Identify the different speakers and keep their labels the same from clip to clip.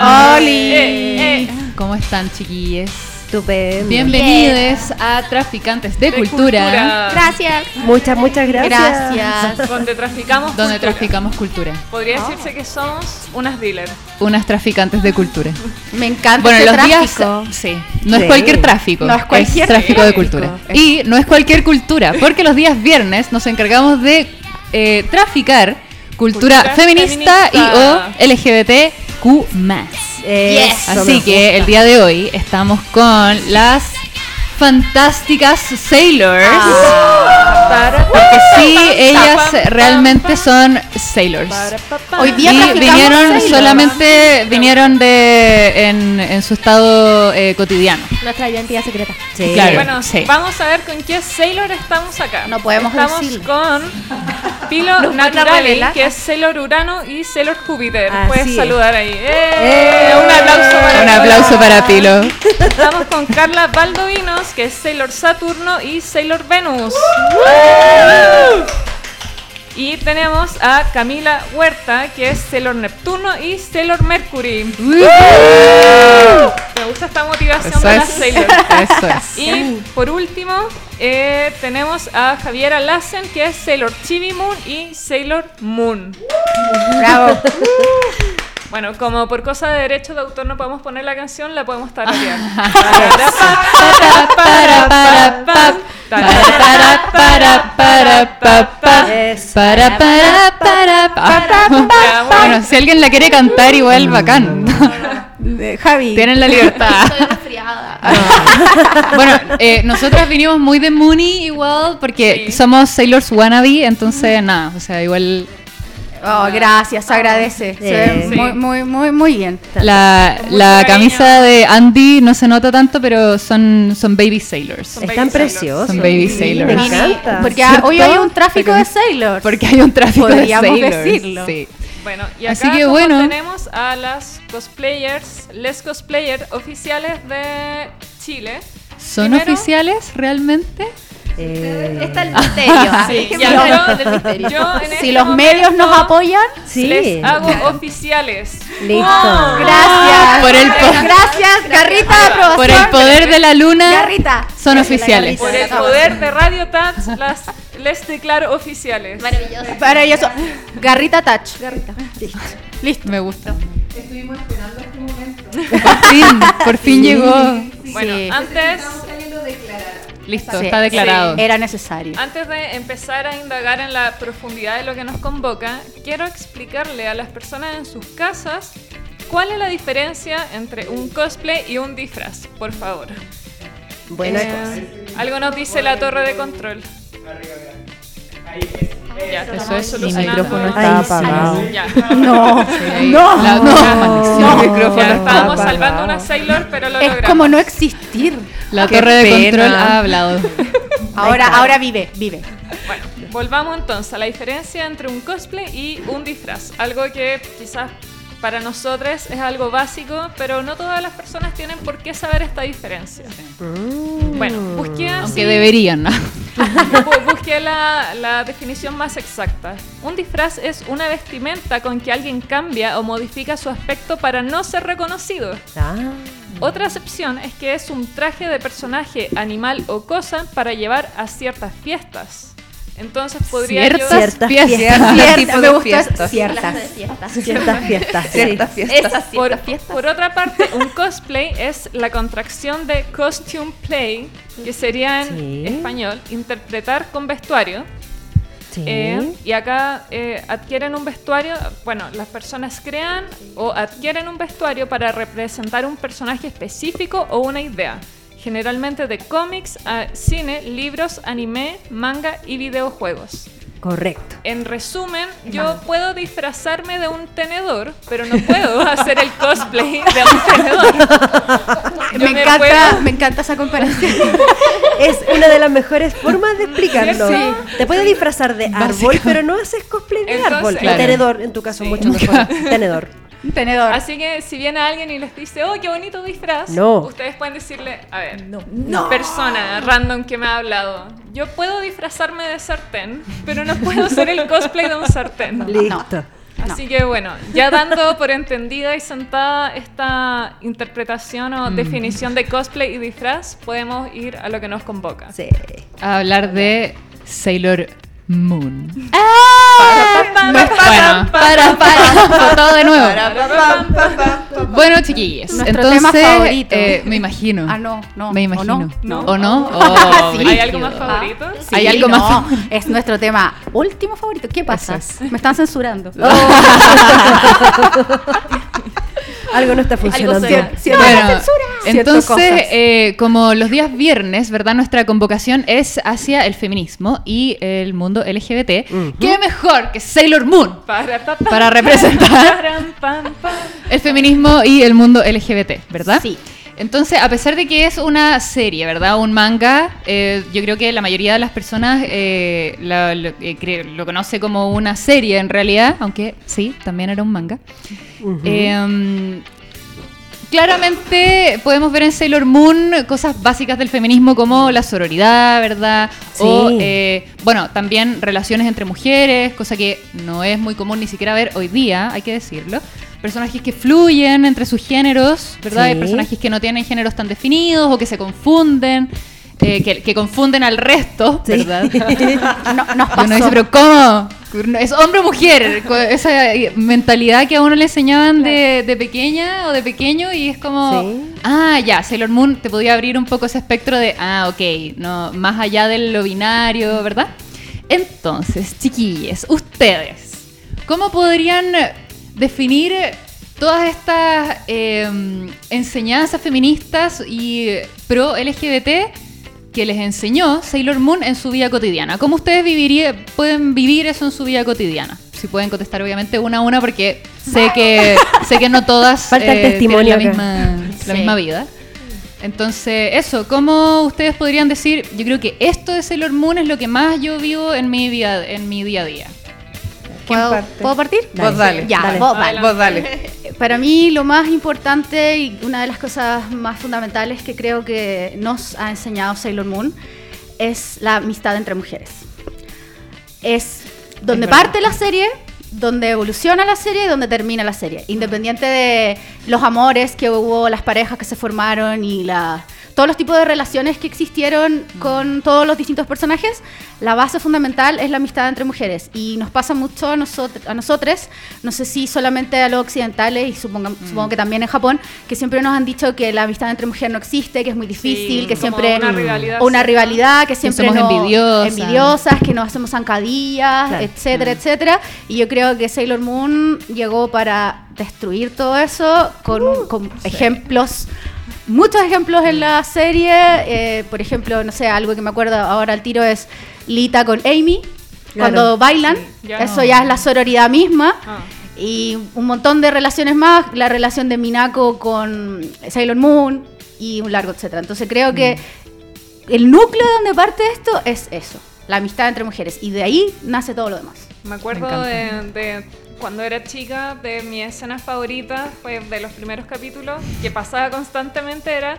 Speaker 1: ¡Holi!
Speaker 2: Eh,
Speaker 1: ¿Cómo están, chiquilles?
Speaker 3: Estupendo.
Speaker 1: Bienvenidos a Traficantes de, cultura,
Speaker 3: Gracias.
Speaker 4: Muchas, muchas gracias.
Speaker 3: Gracias.
Speaker 2: Donde traficamos.
Speaker 1: donde Ah.
Speaker 2: cultura.
Speaker 1: traficamos cultura.
Speaker 2: Podría decirse que somos unas dealers.
Speaker 1: Unas traficantes de cultura.
Speaker 3: Me encanta
Speaker 1: Bueno,
Speaker 3: este
Speaker 1: los
Speaker 3: tráfico.
Speaker 1: días. Sí, no es
Speaker 4: Sí.
Speaker 1: cualquier tráfico.
Speaker 3: No es cualquier
Speaker 1: tráfico de
Speaker 3: tráfico.
Speaker 1: cultura. Y no es cualquier cultura, porque los días viernes nos encargamos de eh, traficar cultura,
Speaker 2: Cultura
Speaker 1: feminista,
Speaker 2: feminista.
Speaker 1: y o LGBTQ.
Speaker 3: Yes.
Speaker 4: Eso
Speaker 1: Así
Speaker 4: me
Speaker 1: que el día de hoy estamos con las fantásticas Sailors.
Speaker 2: Para-
Speaker 1: Porque sí,
Speaker 2: Ah. pam,
Speaker 1: ellas
Speaker 2: pam,
Speaker 1: realmente
Speaker 2: pam.
Speaker 1: son Sailors.
Speaker 2: para- pa- pa-
Speaker 3: Hoy día
Speaker 1: Y
Speaker 3: traficamos
Speaker 1: vinieron
Speaker 3: Sailors.
Speaker 1: solamente vinieron de en, en su estado eh, cotidiano.
Speaker 3: Nuestra identidad secreta.
Speaker 4: Sí.
Speaker 1: Claro.
Speaker 2: Bueno,
Speaker 1: sí.
Speaker 2: vamos a ver con qué Sailor estamos acá.
Speaker 3: No podemos
Speaker 2: Estamos
Speaker 3: decirlo.
Speaker 2: con Pilo
Speaker 3: No podemos
Speaker 2: Naturali,
Speaker 3: revelar.
Speaker 2: que es Sailor Urano y Sailor Júpiter.
Speaker 4: Así
Speaker 2: Puedes
Speaker 4: es.
Speaker 2: saludar ahí. ¡Eh!
Speaker 4: ¡Eh!
Speaker 2: Un aplauso para
Speaker 1: Un
Speaker 2: Pilo.
Speaker 1: aplauso para Pilo.
Speaker 2: Estamos con Carla Baldovinos, que es Sailor Saturno y Sailor Venus. Y tenemos a Camila Huerta, que es Sailor Neptuno y Sailor Mercury. Me gusta esta motivación
Speaker 1: Eso
Speaker 2: de las
Speaker 1: es.
Speaker 2: Sailor.
Speaker 1: Eso es.
Speaker 2: Y por último, eh, tenemos a Javiera Lassen, que es Sailor Chibi Moon y Sailor Moon.
Speaker 3: Bravo.
Speaker 2: Bueno, como por cosa de derechos de autor no podemos poner la canción, la podemos tararear.
Speaker 1: Para, para, pa, para, para, para, pa, pa.
Speaker 2: Eh,
Speaker 4: Eso.
Speaker 1: Para, para, para, pa.
Speaker 2: Ya, bueno.
Speaker 1: Bueno, si alguien la quiere cantar, igual bacán.
Speaker 4: Eh, Javi.
Speaker 1: Tienen la libertad.
Speaker 3: Estoy resfriada.
Speaker 1: Bueno, eh, nosotras vinimos muy de Mooney igual porque
Speaker 2: Sí.
Speaker 1: somos Sailors Wannabe, entonces nada, o sea, igual
Speaker 3: Oh, gracias, se agradece. Se ve
Speaker 2: Sí.
Speaker 3: muy, muy, muy, muy bien.
Speaker 1: la,
Speaker 2: Con mucho
Speaker 1: la
Speaker 2: cariño.
Speaker 1: camisa de Andy no se nota tanto, pero son, son baby Sailors.
Speaker 2: Son
Speaker 4: Están
Speaker 2: baby sailors.
Speaker 4: preciosos.
Speaker 1: Son baby
Speaker 4: Sí,
Speaker 1: sailors.
Speaker 4: Me encanta.
Speaker 3: Porque
Speaker 1: ¿Cierto?
Speaker 3: hoy hay un tráfico de Sailors.
Speaker 1: Porque hay un tráfico
Speaker 3: Podríamos
Speaker 1: de Sailors.
Speaker 3: decirlo.
Speaker 1: Sí.
Speaker 2: Bueno, y acá
Speaker 1: Así que
Speaker 2: como
Speaker 1: bueno.
Speaker 2: tenemos a las cosplayers, les cosplayers oficiales de Chile.
Speaker 1: ¿Son
Speaker 2: Primero-
Speaker 1: oficiales realmente?
Speaker 4: Eh,
Speaker 3: Está el misterio.
Speaker 2: Sí,
Speaker 3: Déjenme
Speaker 2: ya,
Speaker 3: hablar.
Speaker 2: yo- yo en
Speaker 3: si
Speaker 2: este
Speaker 3: los medios nos
Speaker 2: momento
Speaker 3: apoyan,
Speaker 4: sí.
Speaker 2: Les hago oficiales.
Speaker 4: Listo.
Speaker 3: ¡Oh! gracias.
Speaker 1: Ah, Por el po-
Speaker 3: gracias, garrita de aprobación.
Speaker 1: Por el poder de la luna
Speaker 3: Garrita.
Speaker 1: son oficiales.
Speaker 2: Por el poder de Radio Tats, las, les declaro oficiales.
Speaker 3: Para ellos, garrita touch. Garrita.
Speaker 1: Listo. Me gusta. Estuvimos esperando este momento. Por fin, por fin llegó.
Speaker 2: Bueno, antes,
Speaker 1: Listo, está declarado.
Speaker 3: Era necesario.
Speaker 2: antes de empezar a indagar en la profundidad de lo que nos convoca, quiero explicarle a las personas en sus casas cuál es la diferencia entre un cosplay y un disfraz, por favor.
Speaker 4: Buena
Speaker 2: Eh,
Speaker 4: cosa.
Speaker 2: Algo nos dice la torre de control. Ya,
Speaker 1: Eso es, mi
Speaker 2: solucionando.
Speaker 1: micrófono
Speaker 4: está apagado.
Speaker 2: Ya.
Speaker 3: No,
Speaker 1: No, la, otra maldición.
Speaker 4: No.
Speaker 2: Ya,
Speaker 4: está
Speaker 2: estábamos
Speaker 4: apagado.
Speaker 2: salvando una Sailor, pero lo
Speaker 3: es
Speaker 2: logramos.
Speaker 3: como no existir.
Speaker 1: La
Speaker 4: Qué
Speaker 1: torre de
Speaker 4: pena.
Speaker 1: control ha hablado.
Speaker 3: Ahora, ahora vive, vive.
Speaker 2: Bueno, volvamos entonces a la diferencia entre un cosplay y un disfraz. Algo que quizás para nosotros es algo básico, pero no todas las personas tienen por qué saber esta diferencia. Bueno, busqué, así-
Speaker 1: Aunque deberían. ¿no?
Speaker 2: bu- busqué la, la definición más exacta. Un disfraz es una vestimenta con que alguien cambia o modifica su aspecto para no ser reconocido.
Speaker 4: Ah,
Speaker 2: Otra excepción es que es un traje de personaje, animal o cosa para llevar a ciertas fiestas. Entonces podría yo-
Speaker 1: fiestas.
Speaker 4: Ciertas
Speaker 3: Cierta, me gustó ciertas.
Speaker 5: fiestas.
Speaker 4: ciertas fiestas. sí.
Speaker 5: Ciertas fiestas.
Speaker 2: Por, por otra parte, un cosplay es la contracción de costume play, que sería en
Speaker 4: Sí.
Speaker 2: español interpretar con vestuario.
Speaker 4: Sí.
Speaker 2: Eh, y acá eh, adquieren un vestuario, bueno, las personas crean o adquieren un vestuario para representar un personaje específico o una idea, generalmente de cómics, a cine, libros, anime, manga y videojuegos.
Speaker 4: Correcto.
Speaker 2: En resumen, yo puedo disfrazarme de un tenedor, pero no puedo hacer el cosplay de un tenedor. Yo
Speaker 3: Me encanta,
Speaker 2: puedo-
Speaker 3: me encanta esa comparación.
Speaker 4: Es una de las mejores formas de explicarlo.
Speaker 2: ¿Cierto?
Speaker 4: Te puedes disfrazar de árbol, pero no haces cosplay de
Speaker 2: Entonces-
Speaker 4: árbol.
Speaker 1: Claro.
Speaker 4: Tenedor, en tu caso,
Speaker 2: Sí.
Speaker 4: mucho mejor. Tenedor.
Speaker 3: Un tenedor.
Speaker 2: Así que si viene alguien y les dice, oh, qué bonito disfraz,
Speaker 4: No.
Speaker 2: ustedes pueden decirle, a ver, persona random que me ha hablado, yo puedo disfrazarme de sartén, pero no puedo hacer el cosplay de un sartén.
Speaker 4: Listo.
Speaker 2: Así Así que bueno, ya dando por entendida y sentada esta interpretación o definición de cosplay y disfraz, podemos ir a lo que nos convoca.
Speaker 4: Sí.
Speaker 1: A hablar de Sailor Moon.
Speaker 2: Para,
Speaker 1: Bueno, para, para, todo de nuevo. Bueno, chiquillos,
Speaker 3: Nuestro tema
Speaker 1: entonces
Speaker 3: favorito.
Speaker 1: eh, me imagino.
Speaker 3: Ah, no, no.
Speaker 1: Me
Speaker 3: ¿o
Speaker 1: imagino.
Speaker 2: no?
Speaker 1: ¿O no?
Speaker 3: Ah,
Speaker 1: Oh,
Speaker 3: sí.
Speaker 2: ¿Hay algo más
Speaker 1: brígido.
Speaker 2: favorito?
Speaker 3: Sí,
Speaker 1: ¿Hay algo
Speaker 3: no,
Speaker 1: más?
Speaker 3: Es nuestro tema último favorito. ¿Qué pasa?
Speaker 1: Eso
Speaker 3: Me están censurando.
Speaker 1: Oh,
Speaker 4: Algo no está funcionando.
Speaker 3: será. Sí,
Speaker 1: Bueno,
Speaker 3: la censura. Cierto,
Speaker 1: entonces,
Speaker 3: cosas.
Speaker 1: eh, como los días viernes, ¿verdad? Nuestra convocación es hacia el feminismo y el mundo LGBT. ¿Qué mejor que Sailor Moon?
Speaker 2: Para, pa, pa,
Speaker 1: Para representar.
Speaker 2: param, pam, pam.
Speaker 1: El feminismo y el mundo LGBT, ¿verdad?
Speaker 3: Sí.
Speaker 1: Entonces, a pesar de que es una serie, ¿verdad? Un manga, eh, yo creo que la mayoría de las personas eh, la- lo, eh, cre- lo conoce como una serie en realidad, aunque sí, también era un manga. Eh, claramente podemos ver en Sailor Moon cosas básicas del feminismo como la sororidad, ¿verdad? O,
Speaker 4: Sí.
Speaker 1: eh, bueno, también relaciones entre mujeres, cosa que no es muy común ni siquiera ver hoy día, hay que decirlo. Personajes que fluyen entre sus géneros, ¿verdad? Hay
Speaker 4: Sí.
Speaker 1: personajes que no tienen géneros tan definidos o que se confunden, eh, que, que confunden al resto,
Speaker 4: Sí.
Speaker 1: ¿verdad?
Speaker 3: Ah, No, nos
Speaker 1: Y uno dice,
Speaker 3: pasó.
Speaker 1: pero ¿cómo? ¿Es hombre o mujer? Co- Esa eh, mentalidad que a uno le enseñaban de, de pequeña o de pequeño y es como,
Speaker 4: Sí.
Speaker 1: ah, ya, Sailor Moon te podía abrir un poco ese espectro de, ah, ok, no, más allá de lo binario, ¿verdad? Entonces, chiquilles, ustedes, ¿cómo podrían definir todas estas eh, enseñanzas feministas y pro LGBT que les enseñó Sailor Moon en su vida cotidiana? ¿Cómo ustedes viviría- pueden vivir eso en su vida cotidiana? Si pueden contestar obviamente una a una porque sé que sé que no todas eh,
Speaker 4: Falta el
Speaker 1: tienen la
Speaker 4: testimonio acá.
Speaker 1: misma, la
Speaker 3: Sí.
Speaker 1: misma vida. Entonces, eso, ¿cómo ustedes podrían decir? Yo creo que esto de Sailor Moon es lo que más yo vivo en mi día, en mi día a día.
Speaker 3: ¿Puedo,
Speaker 4: parte?
Speaker 3: ¿Puedo partir?
Speaker 4: Dale. Vos dale,
Speaker 3: Ya,
Speaker 4: dale.
Speaker 3: vos dale.
Speaker 5: Vos dale.
Speaker 3: Para mí lo más importante y una de las cosas más fundamentales que creo que nos ha enseñado Sailor Moon es la amistad entre mujeres. Es donde parte la serie, donde evoluciona la serie y donde termina la serie. Independiente de los amores que hubo, las parejas que se formaron y la, todos los tipos de relaciones que existieron con todos los distintos personajes, la base fundamental es la amistad entre mujeres. Y nos pasa mucho a, nosotros a nosotros, no sé si solamente a los occidentales y suponga-
Speaker 2: Mm.
Speaker 3: supongo que también en Japón, que siempre nos han dicho que la amistad entre mujeres no existe, que es muy difícil,
Speaker 2: Sí,
Speaker 3: que
Speaker 2: como
Speaker 3: siempre...
Speaker 2: una rivalidad,
Speaker 3: o una
Speaker 2: ¿cierto?
Speaker 3: rivalidad, que siempre
Speaker 1: somos
Speaker 3: no-
Speaker 1: envidiosas.
Speaker 3: envidiosas, que nos hacemos zancadillas,
Speaker 4: Claro. Mm.
Speaker 3: etcétera, etcétera. Y yo creo que Sailor Moon llegó para destruir todo eso con,
Speaker 4: Uh,
Speaker 3: con ejemplos, muchos ejemplos
Speaker 4: Mm.
Speaker 3: en la serie. Eh, por ejemplo, no sé, algo que me acuerdo ahora al tiro es Lita con Amy,
Speaker 4: Claro.
Speaker 3: cuando bailan.
Speaker 2: Sí, ya
Speaker 3: eso
Speaker 2: no.
Speaker 3: ya es la sororidad misma.
Speaker 2: Ah.
Speaker 3: Y un montón de relaciones más, la relación de Minako con Sailor Moon y un largo etcétera. Entonces creo que el núcleo de donde parte esto es eso, la amistad entre mujeres. Y de ahí nace todo lo demás.
Speaker 2: Me acuerdo de, de cuando era chica, de mi escena favorita, fue de los primeros capítulos, que pasaba constantemente era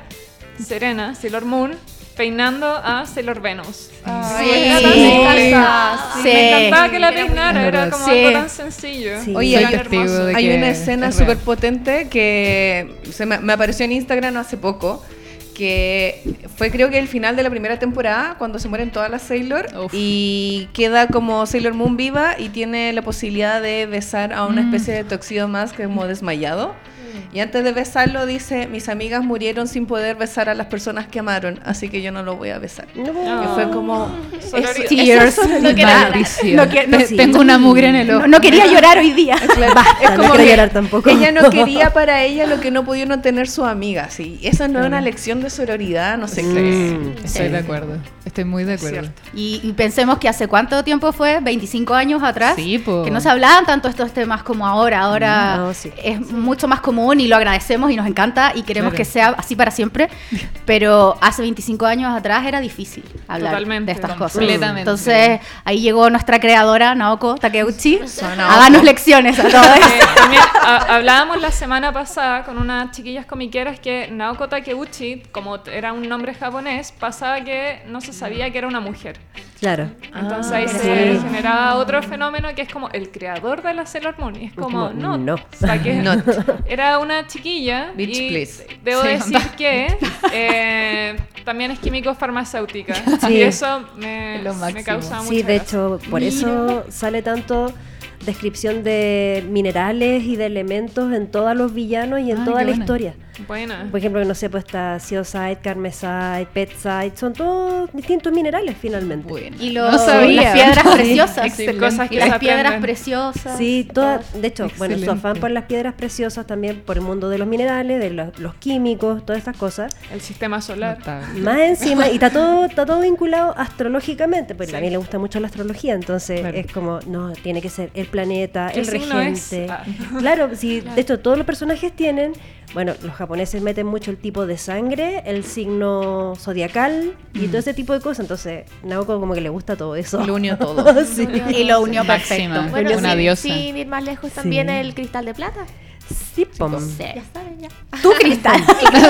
Speaker 2: Serena, Sailor Moon, peinando a Sailor Venus.
Speaker 3: Ah, Sí.
Speaker 2: era tan
Speaker 3: Sí.
Speaker 2: hermosa.
Speaker 3: Sí.
Speaker 2: Me encantaba que la peinara,
Speaker 1: Es
Speaker 2: era
Speaker 1: verdad.
Speaker 2: como
Speaker 3: Sí.
Speaker 2: algo tan sencillo.
Speaker 4: Sí.
Speaker 5: Oye,
Speaker 1: Soy
Speaker 5: hay-
Speaker 1: testigo de
Speaker 5: hay
Speaker 1: que
Speaker 5: una escena
Speaker 1: es real.
Speaker 5: súper potente que se me, me apareció en Instagram hace poco, que fue creo que el final de la primera temporada, cuando se mueren todas las Sailor,
Speaker 1: Uf.
Speaker 5: y queda como Sailor Moon viva y tiene la posibilidad de besar a una
Speaker 1: Mm.
Speaker 5: especie de toxido más que como desmayado. Y antes de besarlo dice, mis amigas murieron sin poder besar a las personas que amaron, así que yo no lo voy a besar.
Speaker 4: No.
Speaker 5: Que fue como...
Speaker 2: Sororidad.
Speaker 5: eso-
Speaker 3: Tears.
Speaker 5: eso es
Speaker 3: No quería hablar.
Speaker 1: Maldición.
Speaker 3: No que- no,
Speaker 1: Te-
Speaker 4: sí.
Speaker 1: Tengo una mugre en el ojo.
Speaker 3: No, no quería llorar hoy día.
Speaker 5: Claro, es
Speaker 4: no
Speaker 5: como
Speaker 4: quiero
Speaker 5: que
Speaker 4: llorar tampoco.
Speaker 5: Ella no quería para ella lo que no pudieron tener sus amigas. Y esa no es una lección de sororidad, no sé qué es.
Speaker 1: Estoy de acuerdo. Estoy muy de acuerdo.
Speaker 5: Cierto.
Speaker 3: Y, y pensemos que hace cuánto tiempo fue, 25 años atrás,
Speaker 1: Sí, po.
Speaker 3: que no se hablaban tanto estos temas como ahora. Ahora
Speaker 4: No, sí.
Speaker 3: es mucho más común y lo agradecemos y nos encanta y queremos
Speaker 1: Claro.
Speaker 3: que sea así para siempre. Pero hace 25 años atrás era difícil hablar
Speaker 2: Totalmente.
Speaker 3: de estas cosas.
Speaker 1: Completamente.
Speaker 3: Entonces ahí llegó nuestra creadora Naoko Takeuchi
Speaker 5: Son
Speaker 3: a darnos lecciones a todos.
Speaker 2: Eh, también a- hablábamos la semana pasada con unas chiquillas comiqueras que Naoko Takeuchi como era un nombre japonés, pasaba que no se sabía que era una mujer.
Speaker 4: Claro.
Speaker 2: Entonces
Speaker 5: Ah,
Speaker 2: ahí
Speaker 4: sí.
Speaker 2: se generaba otro fenómeno que es como el creador de la Sailor Moon. Y es como,
Speaker 4: Como,
Speaker 2: no,
Speaker 4: no.
Speaker 2: pa' qué.
Speaker 5: Not.
Speaker 2: Era una chiquilla.
Speaker 5: Bitch,
Speaker 2: y
Speaker 5: please.
Speaker 2: Debo
Speaker 1: Sí,
Speaker 2: decir
Speaker 1: onda.
Speaker 2: que eh, también es químico farmacéutica.
Speaker 4: Sí.
Speaker 2: Y eso me,
Speaker 1: Lo
Speaker 2: me
Speaker 1: máximo.
Speaker 2: causa mucha
Speaker 4: Sí, de
Speaker 2: gracia.
Speaker 4: hecho, por eso sale tanto descripción de minerales y de elementos en todos los villanos y en
Speaker 1: Ay,
Speaker 4: toda
Speaker 1: qué
Speaker 4: la
Speaker 1: buena.
Speaker 4: historia.
Speaker 2: Buena.
Speaker 4: Por ejemplo, no sé, pues está Seoside, Carmesite, Petsite, son todos distintos minerales finalmente.
Speaker 1: Bueno,
Speaker 3: Y lo-
Speaker 1: no sabía.
Speaker 3: las piedras
Speaker 1: Sí,
Speaker 3: preciosas.
Speaker 1: excelente.
Speaker 2: Cosas
Speaker 3: Y
Speaker 2: que se
Speaker 3: las
Speaker 2: aprenden.
Speaker 3: piedras preciosas.
Speaker 4: Sí, toda, de hecho, bueno, su afán
Speaker 1: Excelente.
Speaker 4: por las piedras preciosas también, por el mundo de los minerales, de los, los químicos, todas estas cosas.
Speaker 2: El sistema solar.
Speaker 1: Notable.
Speaker 4: Más encima, y está todo, está todo vinculado astrológicamente, porque
Speaker 2: Sí.
Speaker 4: a mí le gusta mucho la astrología, entonces
Speaker 1: Claro.
Speaker 4: es como, no, tiene que ser el planeta,
Speaker 2: ¿Qué
Speaker 4: el
Speaker 2: signo es?
Speaker 4: regente.
Speaker 2: Ah.
Speaker 4: Claro, sí, de hecho todos los personajes tienen, bueno, los japoneses meten mucho el tipo de sangre, el signo zodiacal y todo ese tipo de cosas, entonces Naoko como que le gusta todo eso.
Speaker 5: Lo unió todo.
Speaker 4: Sí.
Speaker 3: Y lo unió
Speaker 1: Máxima.
Speaker 3: perfecto.
Speaker 1: Bueno, Una
Speaker 6: sin-
Speaker 1: diosa.
Speaker 6: sin ir más lejos también el cristal de plata.
Speaker 4: Sí, pom.
Speaker 6: Ya saben, ya.
Speaker 4: Tú cristal.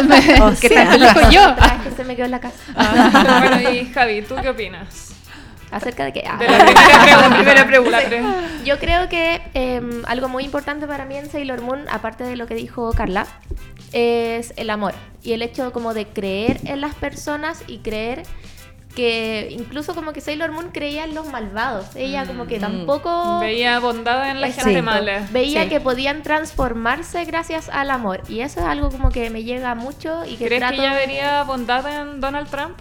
Speaker 1: Me-
Speaker 4: O
Speaker 1: que
Speaker 4: sea.
Speaker 1: te lo digo yo.
Speaker 6: Traje se me quedó en la casa.
Speaker 2: Ah, bueno, y Javi, ¿tú qué opinas?
Speaker 6: Acerca de que. ah.
Speaker 2: De la primera pregunta. La pre-
Speaker 6: Yo creo que em, algo muy importante para mí en Sailor Moon, aparte de lo que dijo Carla, es el amor y el hecho como de creer en las personas y creer que incluso como que Sailor Moon creía en los malvados. Ella como que tampoco
Speaker 2: Mm. Veía bondad en la
Speaker 6: Exacto.
Speaker 2: gente mala.
Speaker 6: veía
Speaker 2: Sí.
Speaker 6: que podían transformarse gracias al amor y eso es algo como que me llega mucho y que
Speaker 2: ¿Crees
Speaker 6: trato
Speaker 2: que ya vería bondad en Donald Trump?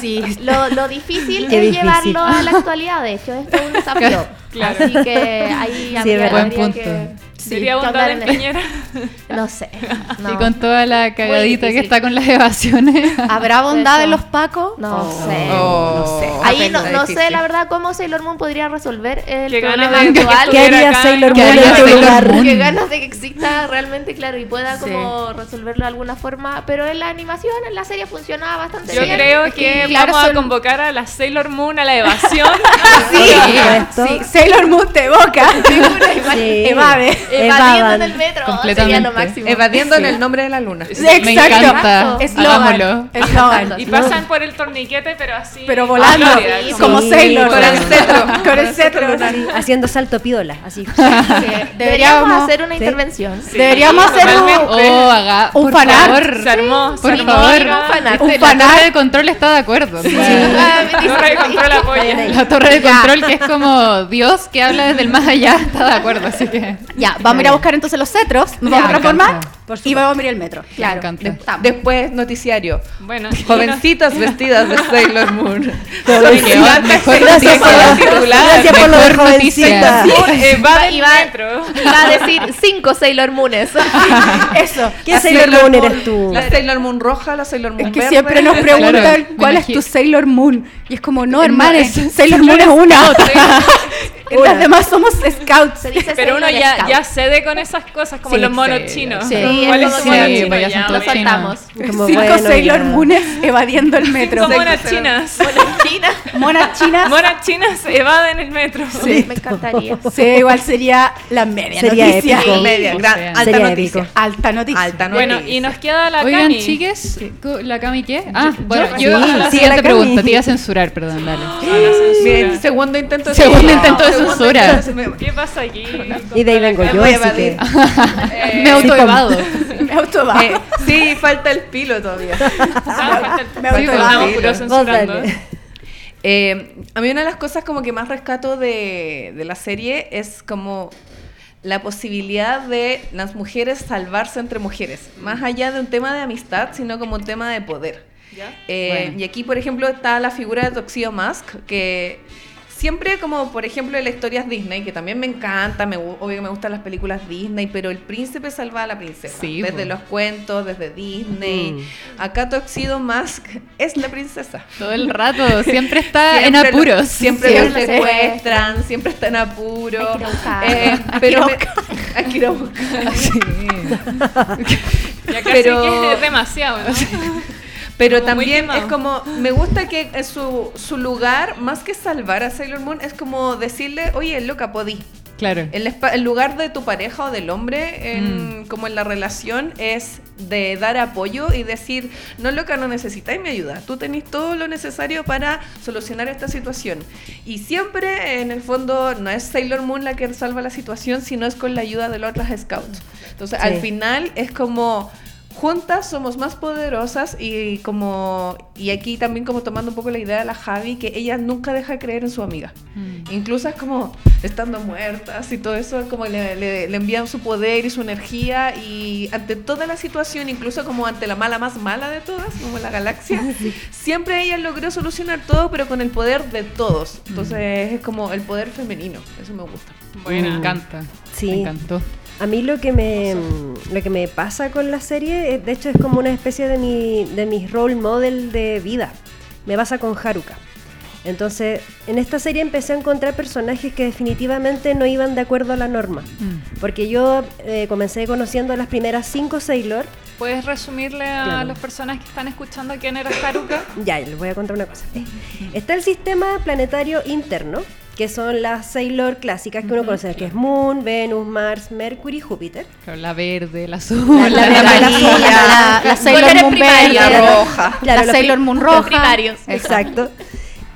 Speaker 3: Sí.
Speaker 6: Lo, lo difícil
Speaker 4: Qué
Speaker 6: es
Speaker 4: difícil.
Speaker 6: llevarlo a la actualidad, de hecho, esto es un desafío.
Speaker 2: Claro.
Speaker 6: Así que ahí habría,
Speaker 4: verdad.
Speaker 1: Buen
Speaker 6: habría
Speaker 1: punto.
Speaker 6: que...
Speaker 2: ¿Vería
Speaker 6: que
Speaker 2: bondad
Speaker 6: ahondar
Speaker 2: en
Speaker 6: eso.
Speaker 2: Piñera?
Speaker 6: No sé. No,
Speaker 1: Y con toda la cagadita que
Speaker 6: difícil.
Speaker 1: está con las evasiones.
Speaker 3: ¿Habrá bondad
Speaker 6: Eso.
Speaker 3: en los pacos?
Speaker 6: no sé.
Speaker 5: Oh, no sé.
Speaker 6: Ahí no,
Speaker 5: Está
Speaker 6: no sé,
Speaker 5: difícil.
Speaker 6: la verdad, cómo Sailor Moon podría resolver el
Speaker 2: Que gana
Speaker 6: problema
Speaker 2: de-
Speaker 6: actual.
Speaker 4: ¿Qué haría
Speaker 2: Acá,
Speaker 4: Sailor
Speaker 1: ¿qué
Speaker 4: Moon
Speaker 1: haría
Speaker 4: en tu
Speaker 1: Sailor
Speaker 4: lugar?
Speaker 1: Moon?
Speaker 6: Que ganas de que exista realmente, claro, y pueda
Speaker 3: Sí.
Speaker 6: como resolverlo de alguna forma. Pero en la animación, en la serie funcionaba bastante
Speaker 2: Yo
Speaker 6: bien.
Speaker 2: creo que
Speaker 3: Claro,
Speaker 2: vamos a
Speaker 3: son-
Speaker 2: convocar a la Sailor Moon a la evasión.
Speaker 4: Sí, por
Speaker 3: Ah, Sí,
Speaker 4: supuesto.
Speaker 3: Sailor Moon te evoca.
Speaker 4: Sí.
Speaker 3: Evade.
Speaker 6: Evadiendo en
Speaker 4: Evadan.
Speaker 6: el metro, sería
Speaker 1: Completamente.
Speaker 6: lo máximo.
Speaker 5: Evadiendo en el nombre de la luna.
Speaker 1: Me
Speaker 3: Exacto.
Speaker 1: encanta. Hagámoslo.
Speaker 3: Eslogan. Eslogan.
Speaker 2: y pasan por el torniquete, pero así.
Speaker 3: Pero volando.
Speaker 2: a gloria,
Speaker 6: Sí,
Speaker 3: como
Speaker 4: sí,
Speaker 3: Sailor.
Speaker 4: con el
Speaker 3: cetro. Ah, Con el cetro.
Speaker 4: Sí, haciendo salto piola, así.
Speaker 6: Deberíamos,
Speaker 3: Deberíamos-
Speaker 6: hacer una
Speaker 4: sí.
Speaker 6: intervención.
Speaker 3: Deberíamos hacer un,
Speaker 1: Oh, haga,
Speaker 3: Un
Speaker 1: Oh, por
Speaker 3: fanart.
Speaker 1: favor.
Speaker 2: Se armó. se
Speaker 1: Por
Speaker 2: armó.
Speaker 1: favor.
Speaker 2: Un fanart.
Speaker 1: Un fanart de control está de acuerdo. O sea,
Speaker 3: Ah,
Speaker 2: Torre de control apoya.
Speaker 1: La torre de control que es como Dios que habla desde el más allá está de acuerdo, así que
Speaker 3: Ya, vamos a ir a buscar entonces los cetros, nos vamos a
Speaker 1: Me
Speaker 3: transformar
Speaker 1: encanta.
Speaker 3: y vamos a ir al metro.
Speaker 1: Claro.
Speaker 3: Estamos.
Speaker 5: Después, noticiario.
Speaker 2: Bueno, y
Speaker 5: Jovencitas vestidas de Sailor Moon.
Speaker 1: Mejor
Speaker 4: Gracias por
Speaker 1: noticia.
Speaker 4: la- gracias por lo de
Speaker 1: Mejor noticia.
Speaker 4: jovencita.
Speaker 2: Moon evade el
Speaker 6: Y va-
Speaker 2: metro.
Speaker 6: Va a decir cinco Sailor Moones.
Speaker 3: Eso.
Speaker 4: ¿Qué Sailor Moon eres tú?
Speaker 5: La Sailor Moon roja, la Sailor Moon
Speaker 3: Es que
Speaker 5: verde.
Speaker 3: siempre nos preguntan
Speaker 1: Claro, me
Speaker 3: cuál es
Speaker 1: imagino.
Speaker 3: tu Sailor Moon. Y es como, no,
Speaker 1: No,
Speaker 3: hermanes,
Speaker 1: es-
Speaker 3: Sailor Moon es eh. una. Las demás somos scouts.
Speaker 6: Se dice
Speaker 2: Pero uno
Speaker 6: Sailor
Speaker 2: ya,
Speaker 6: Scout.
Speaker 2: ya cede con esas cosas, como
Speaker 1: Sí,
Speaker 2: los monos
Speaker 1: sí,
Speaker 2: chinos.
Speaker 1: sí.
Speaker 6: Sí,
Speaker 2: ¿Cuál es
Speaker 6: es
Speaker 2: su
Speaker 6: como
Speaker 2: mono
Speaker 6: que
Speaker 1: sí,
Speaker 2: chino?
Speaker 1: pues ya
Speaker 2: Ya,
Speaker 1: son
Speaker 6: Lo
Speaker 1: todos
Speaker 2: obvio.
Speaker 1: chinos.
Speaker 6: soltamos.
Speaker 4: Como,
Speaker 3: Cinco
Speaker 4: bueno,
Speaker 3: Sailor
Speaker 4: ya.
Speaker 3: Moones evadiendo el metro.
Speaker 2: Cinco monas chinas.
Speaker 6: China.
Speaker 3: Monas chinas.
Speaker 2: Monas chinas evaden el metro.
Speaker 6: Me encantaría.
Speaker 3: Sí, pues, igual sería la media
Speaker 4: Sería
Speaker 3: noticia.
Speaker 4: épico.
Speaker 3: Sí.
Speaker 5: Media,
Speaker 1: O
Speaker 5: gran,
Speaker 1: sea.
Speaker 5: alta
Speaker 4: Sería
Speaker 5: noticia.
Speaker 4: épico.
Speaker 3: Alta noticia.
Speaker 5: Alta noticia.
Speaker 2: Bueno, y nos queda la
Speaker 1: Oigan,
Speaker 2: Cami.
Speaker 1: chiques, cu- la Cami qué? Ah, bueno,
Speaker 4: yo-
Speaker 1: yo
Speaker 4: Sí,
Speaker 1: a la
Speaker 4: sigue
Speaker 1: siguiente
Speaker 4: la Cami.
Speaker 1: pregunta, te iba a censurar, perdón, dale.
Speaker 2: A la censura.
Speaker 5: Bien, segundo intento de
Speaker 1: Segundo
Speaker 5: censura.
Speaker 1: intento de
Speaker 5: Segundo
Speaker 1: censura.
Speaker 5: intento de censura.
Speaker 2: ¿Qué pasa aquí?
Speaker 4: Y de ahí vengo yo,
Speaker 5: Voy a
Speaker 4: así que...
Speaker 1: Me autoevado.
Speaker 3: Me autoba.
Speaker 5: Eh, sí, falta el pilo todavía.
Speaker 2: Me
Speaker 3: Me autodefino.
Speaker 4: Vos dale.
Speaker 5: Eh, a mí una de las cosas como que más rescato de, de la serie es como la posibilidad de las mujeres salvarse entre mujeres, más allá de un tema de amistad, sino como un tema de poder. Eh,
Speaker 1: Bueno.
Speaker 5: Y aquí, por ejemplo, está la figura de Toxido Mask, que siempre como, por ejemplo, en las historias Disney, que también me encanta, me, gu- obvio que me gustan las películas Disney, pero el príncipe salva a la princesa.
Speaker 1: Sí,
Speaker 5: desde
Speaker 1: po. Mm.
Speaker 5: los cuentos, desde Disney. Acá Toxido Mask es la princesa.
Speaker 1: Todo el rato, siempre está Ah, en
Speaker 5: Siempre lo-
Speaker 1: apuros.
Speaker 5: siempre
Speaker 6: Siempre
Speaker 5: lo
Speaker 6: lo
Speaker 5: secuestran, siempre está en apuro. Eh,
Speaker 6: Hay que ir a buscar.
Speaker 5: pero me- hay que ir a buscar.
Speaker 2: Ya casi
Speaker 5: Pero-
Speaker 2: que es demasiado, ¿no?
Speaker 5: Pero
Speaker 2: Como muy
Speaker 5: también
Speaker 2: quemado.
Speaker 5: es como, me gusta que en su, su lugar, más que salvar a Sailor Moon, es como decirle, oye, loca, podí.
Speaker 1: Claro.
Speaker 5: El, espa- el lugar de tu pareja o del hombre, en- como en la relación, es de dar apoyo y decir, no loca, no necesitáis mi ayuda. Tú tenéis todo lo necesario para solucionar esta situación. Y siempre, en el fondo, no es Sailor Moon la que salva la situación, sino es con la ayuda de los otros scouts. Entonces,
Speaker 4: Sí.
Speaker 5: al final es como... Juntas somos más poderosas y como y aquí también como tomando un poco la idea de la Javi que ella nunca deja de creer en su amiga.
Speaker 1: Mm.
Speaker 5: Incluso es como estando muertas y todo eso, como le, le- le envían su poder y su energía y ante toda la situación, incluso como ante la mala más mala de todas, como la galaxia, siempre ella logró solucionar todo, pero con el poder de todos. Entonces es como el poder femenino, eso me gusta.
Speaker 1: Me encanta.
Speaker 4: Sí.
Speaker 1: Me encantó.
Speaker 4: A mí lo que me lo que me pasa con la serie, eh, de hecho es como una especie de mi de mis role model de vida. Me pasa con Haruka. Entonces, en esta serie empecé a encontrar personajes que definitivamente no iban de acuerdo a la norma. Porque yo eh, comencé conociendo a las primeras cinco Sailor.
Speaker 2: ¿Puedes resumirle a
Speaker 4: Claro.
Speaker 2: las personas que están escuchando quién era Haruka?
Speaker 4: Ya, les voy a contar una cosa. Está el sistema planetario interno, que son las Sailor clásicas que uno conoce, que es Moon, Venus, Mars, Mercury, Júpiter.
Speaker 1: Claro, la verde, la azul, la, amarilla.
Speaker 3: la amarilla, la- la Sailor
Speaker 6: Colores
Speaker 3: Moon
Speaker 6: primarios.
Speaker 3: verde,
Speaker 5: La roja.
Speaker 4: Claro,
Speaker 3: la
Speaker 4: los
Speaker 3: Sailor Moon
Speaker 6: Los
Speaker 3: roja.
Speaker 6: primarios.
Speaker 4: Exacto.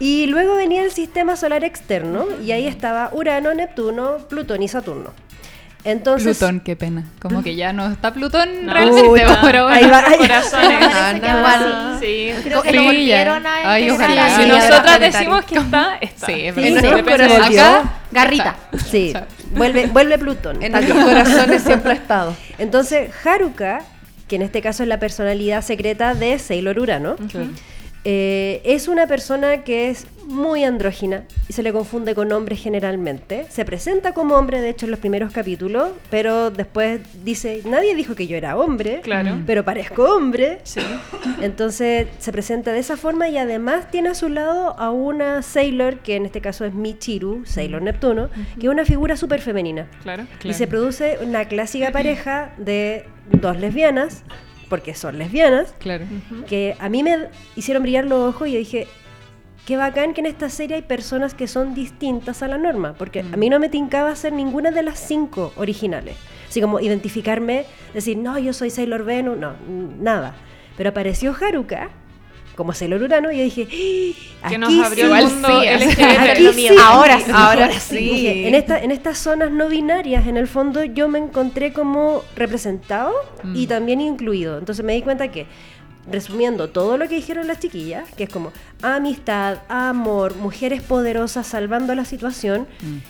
Speaker 4: Y luego venía el sistema solar externo y ahí estaba Urano, Neptuno, Plutón y Saturno. Entonces,
Speaker 1: Plutón, qué pena. Como que ya no está Plutón
Speaker 2: No.
Speaker 1: realmente,
Speaker 4: Uy,
Speaker 1: pero bueno.
Speaker 4: ahí va.
Speaker 2: Corazones.
Speaker 6: Parece que ahora
Speaker 2: Sí.
Speaker 6: Creo que
Speaker 1: Sí,
Speaker 6: lo
Speaker 1: ya.
Speaker 6: volvieron a
Speaker 1: Ay,
Speaker 6: integrar
Speaker 1: ojalá.
Speaker 6: a la
Speaker 1: Sí,
Speaker 2: Si
Speaker 1: Sí,
Speaker 6: vida
Speaker 2: nosotras
Speaker 6: planetaria.
Speaker 2: decimos que está, está.
Speaker 1: Sí, es
Speaker 5: Sí,
Speaker 1: verdad.
Speaker 5: ¿no?
Speaker 1: Depende-
Speaker 5: Corazón.
Speaker 1: acá,
Speaker 3: Garrita.
Speaker 4: sí, vuelve, vuelve Plutón.
Speaker 5: En
Speaker 4: tal
Speaker 5: nuestros
Speaker 4: cual.
Speaker 5: corazones siempre ha estado.
Speaker 4: Entonces, Haruka, que en este caso es la personalidad secreta de Sailor Urano, eh, es una persona que es muy andrógina y se le confunde con hombre generalmente. Se presenta como hombre, de hecho, en los primeros capítulos, pero después dice, nadie dijo que yo era hombre,
Speaker 2: Claro.
Speaker 4: pero parezco hombre.
Speaker 2: Sí.
Speaker 4: Entonces se presenta de esa forma y además tiene a su lado a una Sailor, que en este caso es Michiru, Sailor Neptuno, que es una figura súper femenina.
Speaker 2: Claro.
Speaker 4: Y se produce una clásica pareja de dos lesbianas, porque son lesbianas,
Speaker 1: Claro.
Speaker 4: que a mí me hicieron brillar los ojos y yo dije, qué bacán que en esta serie hay personas que son distintas a la norma, porque
Speaker 2: Mm.
Speaker 4: a mí no me tincaba ser ninguna de las cinco originales. Así como identificarme, decir, no, yo soy Sailor Venus, no, n- nada. Pero apareció Haruka como Sailor Urano y yo dije, ¡Ah!
Speaker 2: Que
Speaker 4: aquí
Speaker 2: nos abrió
Speaker 4: sí,
Speaker 2: el mundo
Speaker 6: sí,
Speaker 2: LGBT.
Speaker 4: Aquí Ah, sí,
Speaker 3: Ahora sí.
Speaker 5: Ahora
Speaker 4: Dije,
Speaker 5: sí.
Speaker 4: En, esta, en estas zonas no binarias, en el fondo, yo me encontré como representado y también incluido. Entonces me di cuenta que, resumiendo todo lo que dijeron las chiquillas, que es como amistad, amor, mujeres poderosas salvando la situación,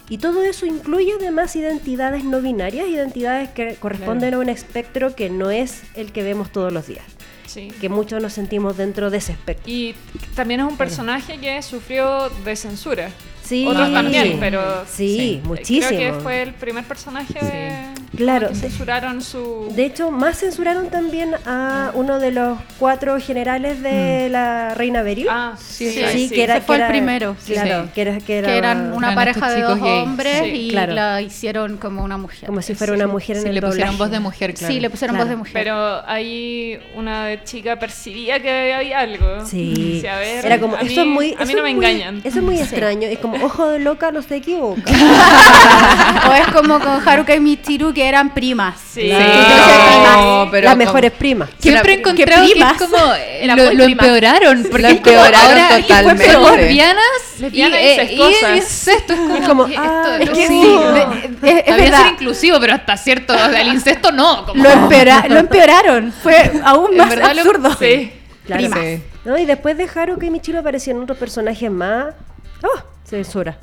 Speaker 4: y todo eso incluye además identidades no binarias, identidades que corresponden a un espectro que no es el que vemos todos los días,
Speaker 2: Sí.
Speaker 4: que muchos nos sentimos dentro de ese espectro.
Speaker 2: Y también es un personaje que sufrió de censura.
Speaker 4: Sí,
Speaker 2: Otros también, pero.
Speaker 4: sí, muchísimo.
Speaker 2: Eh, Creo que fue el primer personaje de.
Speaker 4: Claro,
Speaker 2: que
Speaker 4: de-
Speaker 2: censuraron su.
Speaker 4: De hecho, más censuraron también a uno de los cuatro generales de la Reina Beryl.
Speaker 2: Ah, sí,
Speaker 4: Sí,
Speaker 2: sí.
Speaker 4: que
Speaker 2: sí.
Speaker 4: era-
Speaker 3: Ese
Speaker 4: que
Speaker 3: fue el
Speaker 4: era-
Speaker 3: primero, sí.
Speaker 4: Claro,
Speaker 1: Sí.
Speaker 4: que era, que era-
Speaker 3: Que eran una
Speaker 1: Eran
Speaker 3: pareja
Speaker 1: estos
Speaker 3: de
Speaker 1: chicos
Speaker 3: dos
Speaker 1: gays.
Speaker 3: hombres
Speaker 2: Sí,
Speaker 3: y
Speaker 4: claro.
Speaker 3: la hicieron como una mujer.
Speaker 4: como si fuera una mujer en
Speaker 1: Sí,
Speaker 4: el
Speaker 1: le pusieron
Speaker 4: doblaje.
Speaker 1: voz de mujer, claro.
Speaker 3: Sí, le pusieron
Speaker 4: Claro.
Speaker 3: voz de mujer.
Speaker 2: Pero ahí una chica percibía que había algo.
Speaker 4: Sí.
Speaker 2: a ver,
Speaker 4: Era como,
Speaker 2: a
Speaker 4: eso es
Speaker 2: mí-
Speaker 4: muy.
Speaker 2: A mí
Speaker 4: eso
Speaker 2: no me
Speaker 4: es muy-
Speaker 2: engañan.
Speaker 4: Eso es muy extraño. Es como, ojo de loca, no se equivoca.
Speaker 3: o es como con Haruka y Michiru que eran primas.
Speaker 2: Sí.
Speaker 5: No, pero
Speaker 4: Las
Speaker 5: con-
Speaker 4: mejores primas.
Speaker 1: Siempre he
Speaker 3: ¿Qué
Speaker 1: encontrado que es
Speaker 3: primas?
Speaker 1: como eh,
Speaker 6: Era
Speaker 1: lo,
Speaker 6: muy
Speaker 1: lo
Speaker 6: prima.
Speaker 1: empeoraron porque
Speaker 5: La
Speaker 1: es como
Speaker 5: empeoraron
Speaker 1: ahora y después
Speaker 5: totalmente.
Speaker 1: somos lesbianas
Speaker 2: Lesbiana
Speaker 1: y, eh,
Speaker 2: incestuosa.
Speaker 1: y incesto es como,
Speaker 4: Es como,
Speaker 1: que
Speaker 4: ah,
Speaker 1: esto,
Speaker 4: es que
Speaker 1: no.
Speaker 4: sí,
Speaker 3: de- es- es
Speaker 1: Había que
Speaker 3: verdad.
Speaker 1: ser inclusivo pero hasta cierto o sea, el incesto no como
Speaker 3: Lo, empeora- lo empeoraron. Fue aún
Speaker 1: En
Speaker 3: más
Speaker 1: verdad lo-
Speaker 3: absurdo.
Speaker 1: sí.
Speaker 4: Claro.
Speaker 1: Primas.
Speaker 4: ¿No? Y después de Haruka y Michiru aparecieron otros personajes más. ¡Oh! Censura.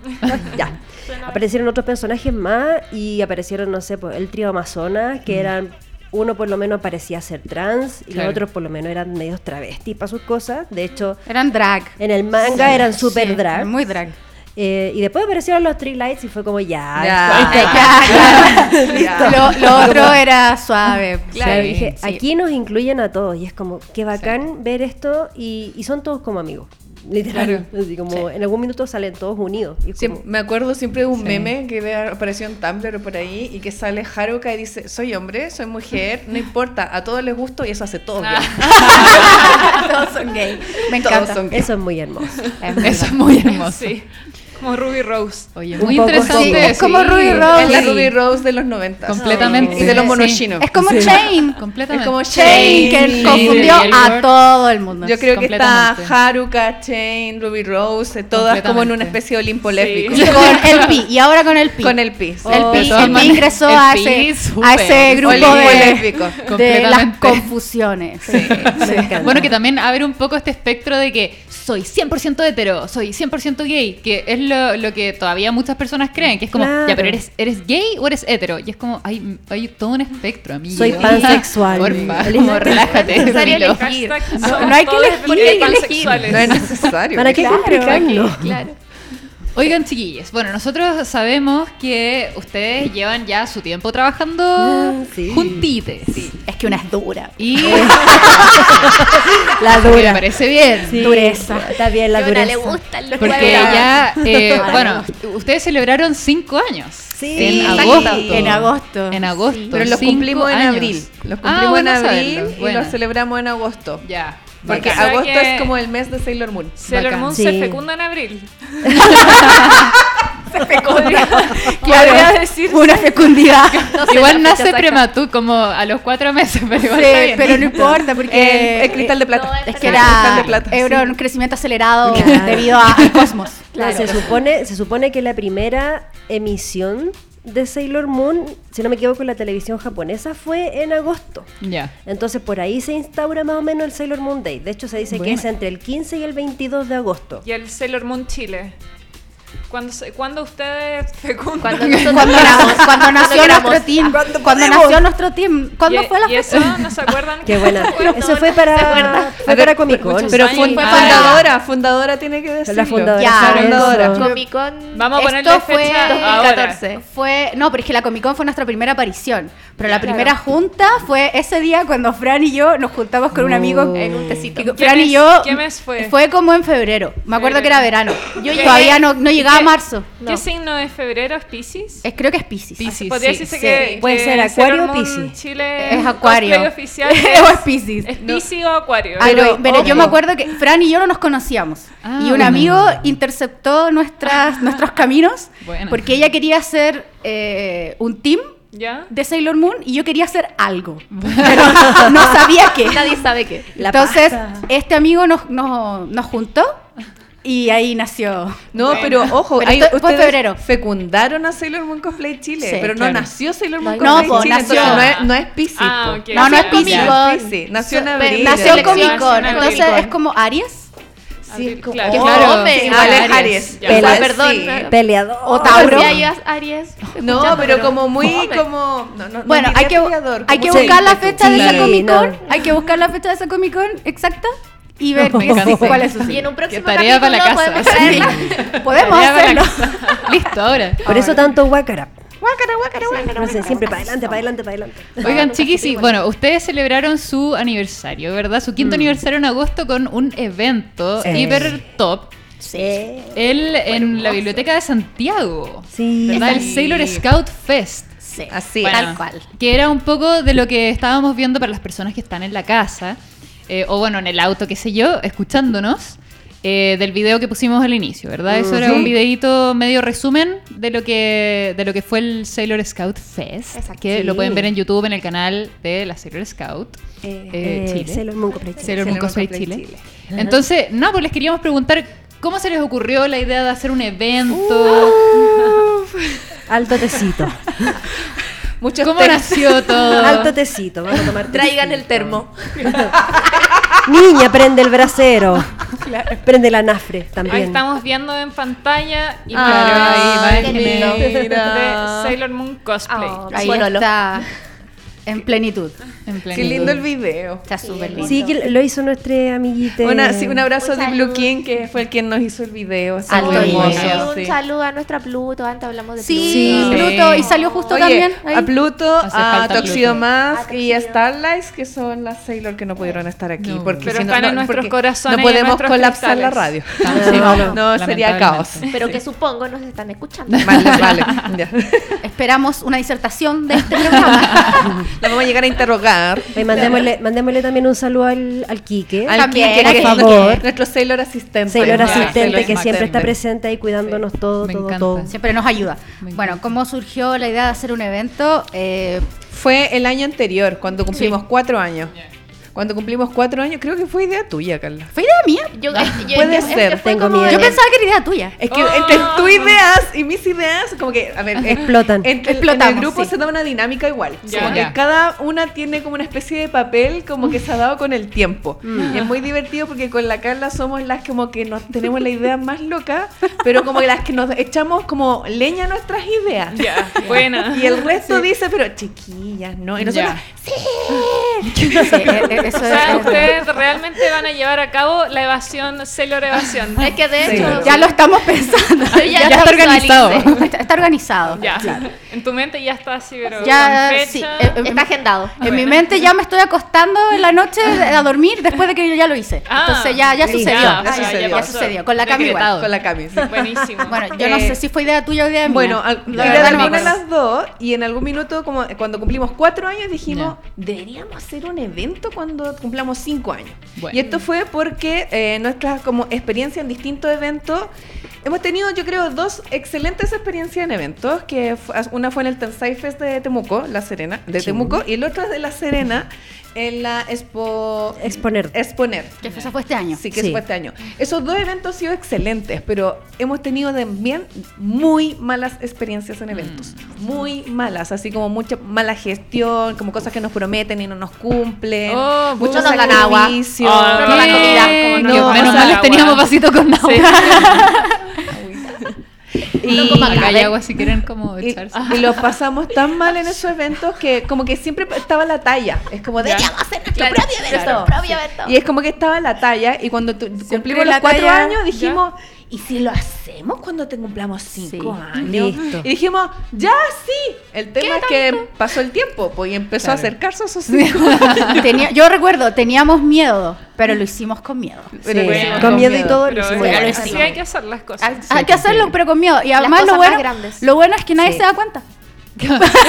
Speaker 4: ya. Aparecieron otros personajes más y aparecieron, no sé, pues, el trío Amazonas, que eran. Uno por lo menos parecía ser trans y
Speaker 1: Claro.
Speaker 4: los otros por lo menos eran medios travestis para sus cosas. De hecho,
Speaker 3: Eran drag.
Speaker 4: en el manga eran super
Speaker 3: Sí,
Speaker 4: drag.
Speaker 3: Muy drag.
Speaker 4: Eh, y después aparecieron los Three Lights y fue como ya.
Speaker 5: Ya.
Speaker 4: esto-
Speaker 3: Lo, lo otro era suave.
Speaker 4: Claro,
Speaker 1: Sí,
Speaker 4: dije,
Speaker 1: sí.
Speaker 4: aquí nos incluyen a todos y es como, qué bacán ver esto y, y son todos como amigos, literal. Así como, En algún minuto salen todos unidos. y es
Speaker 5: Siem-
Speaker 4: como-
Speaker 5: me acuerdo siempre de un meme que de- apareció en Tumblr o por ahí y que sale Haruka y dice, soy hombre, soy mujer, no importa, a todos les gusto y eso hace todo bien.
Speaker 3: Todos son gay. Me
Speaker 5: Todos
Speaker 3: encanta.
Speaker 5: son-
Speaker 4: eso es muy hermoso.
Speaker 3: Es muy
Speaker 1: eso es
Speaker 3: drag.
Speaker 1: muy hermoso
Speaker 2: Sí. Como Ruby Rose.
Speaker 1: Oye,
Speaker 4: Un
Speaker 1: muy
Speaker 4: poco
Speaker 1: interesante.
Speaker 4: sí.
Speaker 3: Es como
Speaker 1: sí.
Speaker 3: Ruby Rose.
Speaker 5: Es la
Speaker 3: Sí.
Speaker 5: Ruby Rose de los 90.
Speaker 1: Completamente.
Speaker 5: Y de los
Speaker 1: Sí.
Speaker 5: monoshinos.
Speaker 3: Es como Shane.
Speaker 1: Completamente.
Speaker 5: Es como
Speaker 3: Shane, que
Speaker 5: Sí.
Speaker 3: confundió
Speaker 1: Sí.
Speaker 3: a todo el mundo.
Speaker 5: Yo creo que está
Speaker 1: Completamente.
Speaker 5: Haruka, Chain, Ruby Rose, eh, todas como en una
Speaker 1: Completamente.
Speaker 5: especie de Olimpo lésbico.
Speaker 3: Y con el Pi. Y ahora con el Pi.
Speaker 5: Con el PIS.
Speaker 3: El
Speaker 1: Oh,
Speaker 3: Pi,
Speaker 1: de todas
Speaker 3: el Pi
Speaker 1: maneras.
Speaker 3: ingresó
Speaker 1: El
Speaker 3: a,
Speaker 1: Pi,
Speaker 3: ese,
Speaker 1: súper.
Speaker 3: a ese grupo
Speaker 5: Olimpo
Speaker 3: de, de
Speaker 5: lésbico.
Speaker 3: las
Speaker 1: Completamente.
Speaker 3: confusiones.
Speaker 4: Me encanta.
Speaker 1: Bueno, que también abre un poco este espectro de que soy 100% hetero, soy 100% gay, que es lo, lo que todavía muchas personas creen, que es como,
Speaker 4: Claro.
Speaker 1: ya, pero eres, eres gay o eres hetero. Y es como, hay, hay todo un espectro, amigo.
Speaker 4: Soy pansexual.
Speaker 1: Porfa, como relájate.
Speaker 6: Es necesario
Speaker 1: tranquilo.
Speaker 6: elegir. Sí.
Speaker 2: Hashtag
Speaker 3: No,
Speaker 2: son
Speaker 3: no hay que
Speaker 2: todos
Speaker 3: elegir,
Speaker 2: porque
Speaker 3: hay que
Speaker 2: pansexuales.
Speaker 5: No es necesario.
Speaker 4: ¿Para qué complicarlo?
Speaker 6: Claro.
Speaker 1: Oigan, chiquillos, bueno, nosotros sabemos que ustedes llevan ya su tiempo
Speaker 5: Ah,
Speaker 1: trabajando
Speaker 4: Mm, sí.
Speaker 1: juntites.
Speaker 3: Es que una es dura.
Speaker 1: Y
Speaker 4: La
Speaker 1: me
Speaker 4: dura.
Speaker 1: parece bien.
Speaker 4: Sí,
Speaker 3: Dureza.
Speaker 4: Está bien la
Speaker 6: Que
Speaker 4: dureza.
Speaker 6: ahora le gustan los
Speaker 1: Porque
Speaker 6: huevos.
Speaker 1: ya, eh,
Speaker 3: Ahora
Speaker 1: bueno, ustedes celebraron cinco años.
Speaker 4: Sí.
Speaker 1: en
Speaker 5: Exacto.
Speaker 1: agosto.
Speaker 3: En agosto.
Speaker 1: En agosto.
Speaker 5: Pero los
Speaker 1: cinco
Speaker 5: cumplimos en
Speaker 1: años.
Speaker 5: abril. Los
Speaker 1: Ah,
Speaker 5: cumplimos en
Speaker 1: bueno
Speaker 5: abril
Speaker 1: saberlo.
Speaker 5: y
Speaker 1: Bueno,
Speaker 5: los celebramos en agosto.
Speaker 1: Ya.
Speaker 5: Porque
Speaker 1: bacán.
Speaker 2: O sea
Speaker 5: agosto
Speaker 2: que-
Speaker 5: es como el mes de Sailor Moon.
Speaker 2: Sailor
Speaker 1: Bacán.
Speaker 2: Moon
Speaker 4: Sí.
Speaker 2: se fecunda en abril.
Speaker 3: Claro, una fecundidad.
Speaker 1: Igual nace prematuro, como a los cuatro meses, pero igual está
Speaker 3: Sí,
Speaker 1: bien.
Speaker 3: pero no importa porque
Speaker 5: Eh, es cristal de plata.
Speaker 6: no, es
Speaker 3: es que
Speaker 5: Cristal
Speaker 3: era,
Speaker 5: de plata.
Speaker 3: era
Speaker 5: sí.
Speaker 3: un crecimiento acelerado
Speaker 4: Claro.
Speaker 3: debido a- al cosmos.
Speaker 4: Claro, Se, supone, se supone que la primera emisión de Sailor Moon, si no me equivoco, en la televisión japonesa fue en agosto.
Speaker 1: Ya.
Speaker 4: Entonces por ahí se instaura más o menos el Sailor Moon Day. De hecho se dice que
Speaker 1: Bueno.
Speaker 4: es entre el 15 y el 22 de agosto.
Speaker 2: Y el Sailor Moon Chile. ¿Cuándo, se- cuándo ustedes fecundan?
Speaker 6: Cuando
Speaker 2: Y-
Speaker 6: nosotros
Speaker 3: Cuando,
Speaker 6: queramos,
Speaker 3: na- cuando nació
Speaker 6: queramos.
Speaker 3: nuestro team. Cuando, nació nuestro team. ¿Cuándo fue la
Speaker 2: y
Speaker 3: fecha?
Speaker 2: eso, ¿no se acuerdan?
Speaker 4: Qué buena. Eso fue para, fue para Comic Con.
Speaker 5: Pero
Speaker 2: años.
Speaker 5: fun-
Speaker 2: Ah,
Speaker 5: fundadora, fundadora tiene que decirlo.
Speaker 4: la fundadora.
Speaker 3: Ya,
Speaker 4: Sailor
Speaker 5: fundadora.
Speaker 4: Moon.
Speaker 6: Comic Con.
Speaker 2: Vamos a
Speaker 3: Esto
Speaker 2: ponerle
Speaker 3: fue
Speaker 2: fecha ahora.
Speaker 6: 2014.
Speaker 3: Fue, no, pero es que la Comic Con fue nuestra primera aparición. Pero la
Speaker 2: Claro.
Speaker 3: primera junta fue ese día cuando Fran y yo nos juntamos con un amigo en un tecito.
Speaker 2: Uh. ¿Qué
Speaker 3: Fran y
Speaker 2: mes-
Speaker 3: yo.
Speaker 2: qué mes fue?
Speaker 3: Fue como en febrero. Me acuerdo que era verano. Yo
Speaker 2: ¿Qué-
Speaker 3: todavía no, no llegaba a
Speaker 2: qué-
Speaker 3: marzo.
Speaker 2: ¿Qué signo de febrero es Pisces?
Speaker 3: Es- creo que es Pisces.
Speaker 1: Piscis,
Speaker 2: Podría
Speaker 1: sí.
Speaker 2: decirse
Speaker 3: sí.
Speaker 2: que.
Speaker 4: Puede
Speaker 2: que
Speaker 4: ser
Speaker 2: Sailor
Speaker 4: acuario o
Speaker 2: Moon
Speaker 4: Piscis.
Speaker 2: Chile
Speaker 3: Es acuario.
Speaker 2: cosplay oficial.
Speaker 3: o
Speaker 2: es-
Speaker 3: es Pisces.
Speaker 2: Es Piscis o Acuario.
Speaker 3: Ah, Pero, pero
Speaker 5: ojo.
Speaker 3: yo me acuerdo que Fran y yo no nos conocíamos.
Speaker 1: Ah,
Speaker 3: y un
Speaker 1: bueno.
Speaker 3: amigo interceptó nuestras, nuestros caminos
Speaker 1: Bueno.
Speaker 3: porque ella quería hacer eh, un team
Speaker 2: ¿Ya?
Speaker 3: de Sailor Moon y yo quería hacer algo. Pero no sabía qué.
Speaker 6: Nadie sabe qué.
Speaker 4: La
Speaker 3: Entonces,
Speaker 4: pasta.
Speaker 3: este amigo nos, nos, nos juntó y ahí nació.
Speaker 5: No, pero ojo,
Speaker 3: Pero
Speaker 5: hay-
Speaker 3: esto fue
Speaker 5: ustedes
Speaker 3: febrero.
Speaker 5: fecundaron a Sailor Moon Cosplay Chile,
Speaker 3: Sí,
Speaker 5: pero
Speaker 1: claro.
Speaker 5: no nació Sailor Moon
Speaker 3: No,
Speaker 5: Cosplay
Speaker 3: po,
Speaker 5: Chile,
Speaker 3: nació.
Speaker 5: entonces no es, no es Piscis,
Speaker 2: Ah,
Speaker 5: po.
Speaker 2: ok. No,
Speaker 3: no es
Speaker 5: Nació en
Speaker 3: Piscis.
Speaker 5: Piscis, Piscis, Nació en
Speaker 6: So-
Speaker 5: abril.
Speaker 3: Nació
Speaker 6: Comic
Speaker 3: Comic
Speaker 6: Con,
Speaker 3: Con, entonces
Speaker 2: Comic Con.
Speaker 3: es como Aries
Speaker 2: Abril,
Speaker 4: Cinco.
Speaker 2: claro.
Speaker 6: Qué
Speaker 1: Oh,
Speaker 6: fome.
Speaker 1: sí,
Speaker 5: Igual es
Speaker 1: Aries.
Speaker 5: Aries.
Speaker 2: Ya.
Speaker 5: O sea,
Speaker 4: Pela-
Speaker 6: perdón,
Speaker 5: sí.
Speaker 6: no.
Speaker 4: Peleador.
Speaker 3: o Tauro.
Speaker 6: Si Pues hay as- Aries.
Speaker 5: No,
Speaker 6: escuchando,
Speaker 5: pero como muy,
Speaker 6: fome.
Speaker 5: como... no, no, no
Speaker 3: Bueno, hay
Speaker 5: diría
Speaker 3: que,
Speaker 5: peleador,
Speaker 3: hay
Speaker 5: como
Speaker 3: que
Speaker 5: sí,
Speaker 3: buscar la
Speaker 5: tipo,
Speaker 3: fecha de esa
Speaker 4: Sí,
Speaker 3: Comic Con.
Speaker 4: no.
Speaker 3: Hay que buscar la fecha de esa Comic Con exacta y ver
Speaker 1: Me
Speaker 3: qué-
Speaker 1: encanta.
Speaker 3: cuál es su
Speaker 6: Y en un próximo
Speaker 1: tarea para la
Speaker 6: capítulo
Speaker 1: casa,
Speaker 6: podemos traerla.
Speaker 3: signo. Podemos
Speaker 1: Ya, para
Speaker 3: hacerlo.
Speaker 1: la- Listo, ahora.
Speaker 4: Por eso tanto guacara.
Speaker 5: Guácara, guácara, guácara.
Speaker 4: No sé, siempre para adelante, para adelante, para adelante.
Speaker 1: Oigan, chiquis, y bueno, ustedes celebraron su aniversario, ¿verdad? Su quinto aniversario en agosto con un evento
Speaker 4: Sí.
Speaker 1: hiper top.
Speaker 4: Sí.
Speaker 1: El, en la biblioteca de Santiago.
Speaker 4: Sí.
Speaker 1: ¿Verdad? El
Speaker 5: Sí.
Speaker 1: Sailor Scout Fest.
Speaker 3: Sí,
Speaker 5: Así.
Speaker 3: tal
Speaker 1: Bueno,
Speaker 3: cual.
Speaker 1: Que era un poco de lo que estábamos viendo para las personas que están en la casa, eh, o bueno, en el auto, qué sé yo, escuchándonos, eh, del video que pusimos al inicio, ¿verdad? Eso era un videito medio resumen de lo que, de lo que fue el Sailor Scout Fest,
Speaker 6: Exacto.
Speaker 1: que lo
Speaker 4: Sí.
Speaker 1: pueden ver en YouTube en el canal de la Sailor Scout.
Speaker 4: Eh,
Speaker 1: eh, Chile.
Speaker 4: Sailor Moon Cosplay Chile.
Speaker 1: Sailor Moon
Speaker 5: Sailor
Speaker 1: Cosplay
Speaker 5: Moon Cosplay
Speaker 1: Chile.
Speaker 5: Chile.
Speaker 1: Entonces, no, pues les queríamos preguntar cómo se les ocurrió la idea de hacer un evento.
Speaker 4: Alto tecito.
Speaker 5: Muchos
Speaker 1: ¿Cómo
Speaker 5: textos.
Speaker 1: nació todo?
Speaker 4: Alto tecito. Vamos a tomar
Speaker 6: Traigan
Speaker 4: tecito.
Speaker 6: el termo.
Speaker 4: Niña, prende el brasero. Prende la nafre también.
Speaker 2: Ahí estamos viendo en pantalla y
Speaker 5: Ah,
Speaker 1: Claro,
Speaker 6: qué
Speaker 5: mira.
Speaker 2: de Sailor Moon Cosplay.
Speaker 6: Ah,
Speaker 3: Ahí
Speaker 6: Bueno, lo-
Speaker 3: está en plenitud.
Speaker 1: En
Speaker 5: Qué
Speaker 1: plenitud.
Speaker 5: lindo el video.
Speaker 3: Está súper lindo.
Speaker 4: Sí, que lo hizo nuestro amiguito.
Speaker 5: Una- sí, un abrazo
Speaker 2: Pues
Speaker 6: Un
Speaker 5: de
Speaker 6: saludo.
Speaker 5: Blue King, que fue el quien nos hizo el video. Está
Speaker 3: Alto
Speaker 5: muy
Speaker 3: nivel.
Speaker 5: hermoso,
Speaker 6: Un
Speaker 5: sí.
Speaker 6: saludo a nuestra Pluto. Antes hablamos de
Speaker 3: Sí,
Speaker 1: Sí.
Speaker 3: Pluto. Y salió justo
Speaker 5: Oye,
Speaker 3: también. ahí.
Speaker 5: a Pluto,
Speaker 1: Hace
Speaker 5: a
Speaker 1: falta
Speaker 5: Toxido
Speaker 1: Pluto.
Speaker 5: Mask
Speaker 6: A
Speaker 5: y a
Speaker 6: Tuxedo.
Speaker 5: Starlights, que son las Sailor que no pudieron estar aquí.
Speaker 1: No.
Speaker 5: Porque
Speaker 2: Pero
Speaker 5: si no-
Speaker 2: están en
Speaker 5: no,
Speaker 2: nuestros
Speaker 5: porque
Speaker 2: corazones
Speaker 5: No
Speaker 2: y en
Speaker 5: podemos
Speaker 2: nuestros
Speaker 5: colapsar la radio.
Speaker 2: cristales.
Speaker 1: Ah, Sí,
Speaker 5: No,
Speaker 1: no,
Speaker 5: no, sería
Speaker 1: lamentablemente.
Speaker 5: caos.
Speaker 6: Pluto. Pero que supongo nos están escuchando.
Speaker 5: Vale, vale. ya.
Speaker 3: Esperamos una disertación de este programa.
Speaker 5: Lo vamos a llegar a interrogar.
Speaker 4: Ahí mandémosle, mandémosle también un saludo al, al Quique.
Speaker 5: Al
Speaker 3: También,
Speaker 5: Quique,
Speaker 3: al
Speaker 5: que-
Speaker 4: favor.
Speaker 5: Nuestro Sailor asistente.
Speaker 4: Sailor
Speaker 5: Ya,
Speaker 4: asistente
Speaker 5: Sailor
Speaker 4: que siempre está
Speaker 5: asistente.
Speaker 4: presente ahí cuidándonos todo,
Speaker 1: Me
Speaker 4: todo,
Speaker 1: encanta.
Speaker 4: todo.
Speaker 3: Siempre nos ayuda.
Speaker 1: Me
Speaker 3: Bueno,
Speaker 1: encanta.
Speaker 3: ¿cómo surgió la idea de hacer un evento? Eh,
Speaker 5: Fue el año anterior, cuando cumplimos cuatro años. Cuando cumplimos cuatro años, creo que fue idea tuya, Carla.
Speaker 3: ¿Fue idea mía?
Speaker 6: Yo, yo-
Speaker 5: Puede
Speaker 6: es que
Speaker 5: ser,
Speaker 6: fue
Speaker 4: tengo
Speaker 6: como
Speaker 4: miedo.
Speaker 3: Yo
Speaker 6: de-
Speaker 3: pensaba que era idea tuya.
Speaker 5: Es
Speaker 2: Oh.
Speaker 5: que entre tus ideas y mis ideas, como que, a ver, eh,
Speaker 4: Explotan.
Speaker 5: Entre el-
Speaker 3: Explotamos,
Speaker 5: en el grupo
Speaker 3: sí.
Speaker 5: se da una dinámica igual.
Speaker 2: Ya.
Speaker 5: Como que
Speaker 1: Ya.
Speaker 5: cada una tiene como una especie de papel como que se ha dado con el tiempo.
Speaker 3: Mm.
Speaker 5: Y es muy divertido porque con la Carla somos las como que nos tenemos la idea más loca, pero como que las que nos echamos como leña a nuestras ideas.
Speaker 2: Ya, buena.
Speaker 5: Y el resto dice, pero chiquillas, ¿no? Y nosotras,
Speaker 1: Ya.
Speaker 3: Sí, eh, eh, eso
Speaker 2: O sea,
Speaker 3: es-
Speaker 2: ustedes realmente van a llevar a cabo la evasión, Sailor Evasión.
Speaker 6: Es que de
Speaker 5: Sí.
Speaker 6: hecho.
Speaker 3: Ya lo estamos pensando.
Speaker 6: yo
Speaker 1: ya está
Speaker 6: visualicé.
Speaker 1: organizado.
Speaker 3: Está, está organizado.
Speaker 2: Ya. En tu mente ya está así, pero
Speaker 3: Ya,
Speaker 2: con
Speaker 3: sí,
Speaker 2: fecha.
Speaker 3: eh,
Speaker 6: Está agendado.
Speaker 3: En mi mente ya me estoy acostando en la noche a dormir después de que yo ya lo hice.
Speaker 2: Ah,
Speaker 3: Entonces ya, ya
Speaker 5: ya,
Speaker 3: sucedió.
Speaker 5: ya
Speaker 3: Ah,
Speaker 5: sucedió.
Speaker 3: ya sucedió. Con la cami
Speaker 2: Decretado.
Speaker 3: igual.
Speaker 5: con la Cami. sí.
Speaker 2: Buenísimo.
Speaker 3: Bueno, yo no
Speaker 5: Eh,
Speaker 3: sé si fue idea tuya o idea mía.
Speaker 5: Bueno, al-
Speaker 3: La
Speaker 5: era
Speaker 3: verdad no me
Speaker 5: alguna de
Speaker 3: acuerdo.
Speaker 5: las dos y en algún minuto, como cuando cumplimos cuatro años, dijimos, deberíamos hacer un evento cuando cumplamos cinco años.
Speaker 1: Bueno.
Speaker 5: Y esto fue porque eh, nuestra como experiencia en distintos eventos, hemos tenido yo creo dos excelentes experiencias en eventos, que fu- una fue en el Tensai Fest de Temuco, La Serena, de Temuco, y el otro es de La Serena, en la Expo...
Speaker 4: Exponer.
Speaker 5: Exponer.
Speaker 3: Que fue- esa fue este año.
Speaker 5: Sí, que
Speaker 4: Sí.
Speaker 5: eso fue este año. Esos dos eventos han sido excelentes, pero hemos tenido también muy malas experiencias en eventos. Muy malas, así como mucha mala gestión, como cosas que nos prometen y no nos cumplen.
Speaker 2: Oh,
Speaker 5: muchos
Speaker 6: no nos dan agua.
Speaker 5: sacrificios.
Speaker 2: Oh,
Speaker 5: no
Speaker 2: ¿qué?
Speaker 5: nos dan comida.
Speaker 2: como
Speaker 1: Dios,
Speaker 2: no,
Speaker 1: menos
Speaker 2: o sea,
Speaker 1: mal les
Speaker 2: agua.
Speaker 1: teníamos vasito con agua.
Speaker 5: Y-
Speaker 1: Acá hay agua si quieren como
Speaker 5: Y,
Speaker 1: echarse.
Speaker 5: y lo pasamos tan mal en esos eventos que como que siempre estaba la talla. Es como, de
Speaker 6: Deberíamos hacer nuestro propio evento. propio evento.
Speaker 5: Y es como que estaba la talla y cuando tu- cumplimos los
Speaker 3: la
Speaker 5: cuatro
Speaker 3: talla,
Speaker 5: años dijimos, ¿y si lo hacemos cuando te cumplamos cinco
Speaker 3: Sí,
Speaker 5: años?
Speaker 3: listo.
Speaker 5: Y dijimos, ya sí. El tema es que pasó el tiempo pues, y empezó a
Speaker 1: Claro.
Speaker 5: acercarse a esos cinco
Speaker 3: Tenía- yo recuerdo, teníamos miedo, pero lo hicimos con miedo.
Speaker 5: Pero
Speaker 4: Sí,
Speaker 5: lo
Speaker 2: hicimos
Speaker 4: Con
Speaker 5: con
Speaker 4: miedo y
Speaker 5: miedo.
Speaker 4: todo lo
Speaker 2: Pero
Speaker 4: hicimos
Speaker 2: es-
Speaker 4: igual.
Speaker 3: lo
Speaker 2: así
Speaker 3: hicimos.
Speaker 2: hay que hacer las
Speaker 3: Hay,
Speaker 2: cosas.
Speaker 3: hay que hacerlo, pero con miedo. Y además
Speaker 6: cosas
Speaker 3: lo
Speaker 6: más
Speaker 3: bueno,
Speaker 6: grandes.
Speaker 3: lo bueno es que nadie
Speaker 4: Sí.
Speaker 3: se da cuenta. nadie se da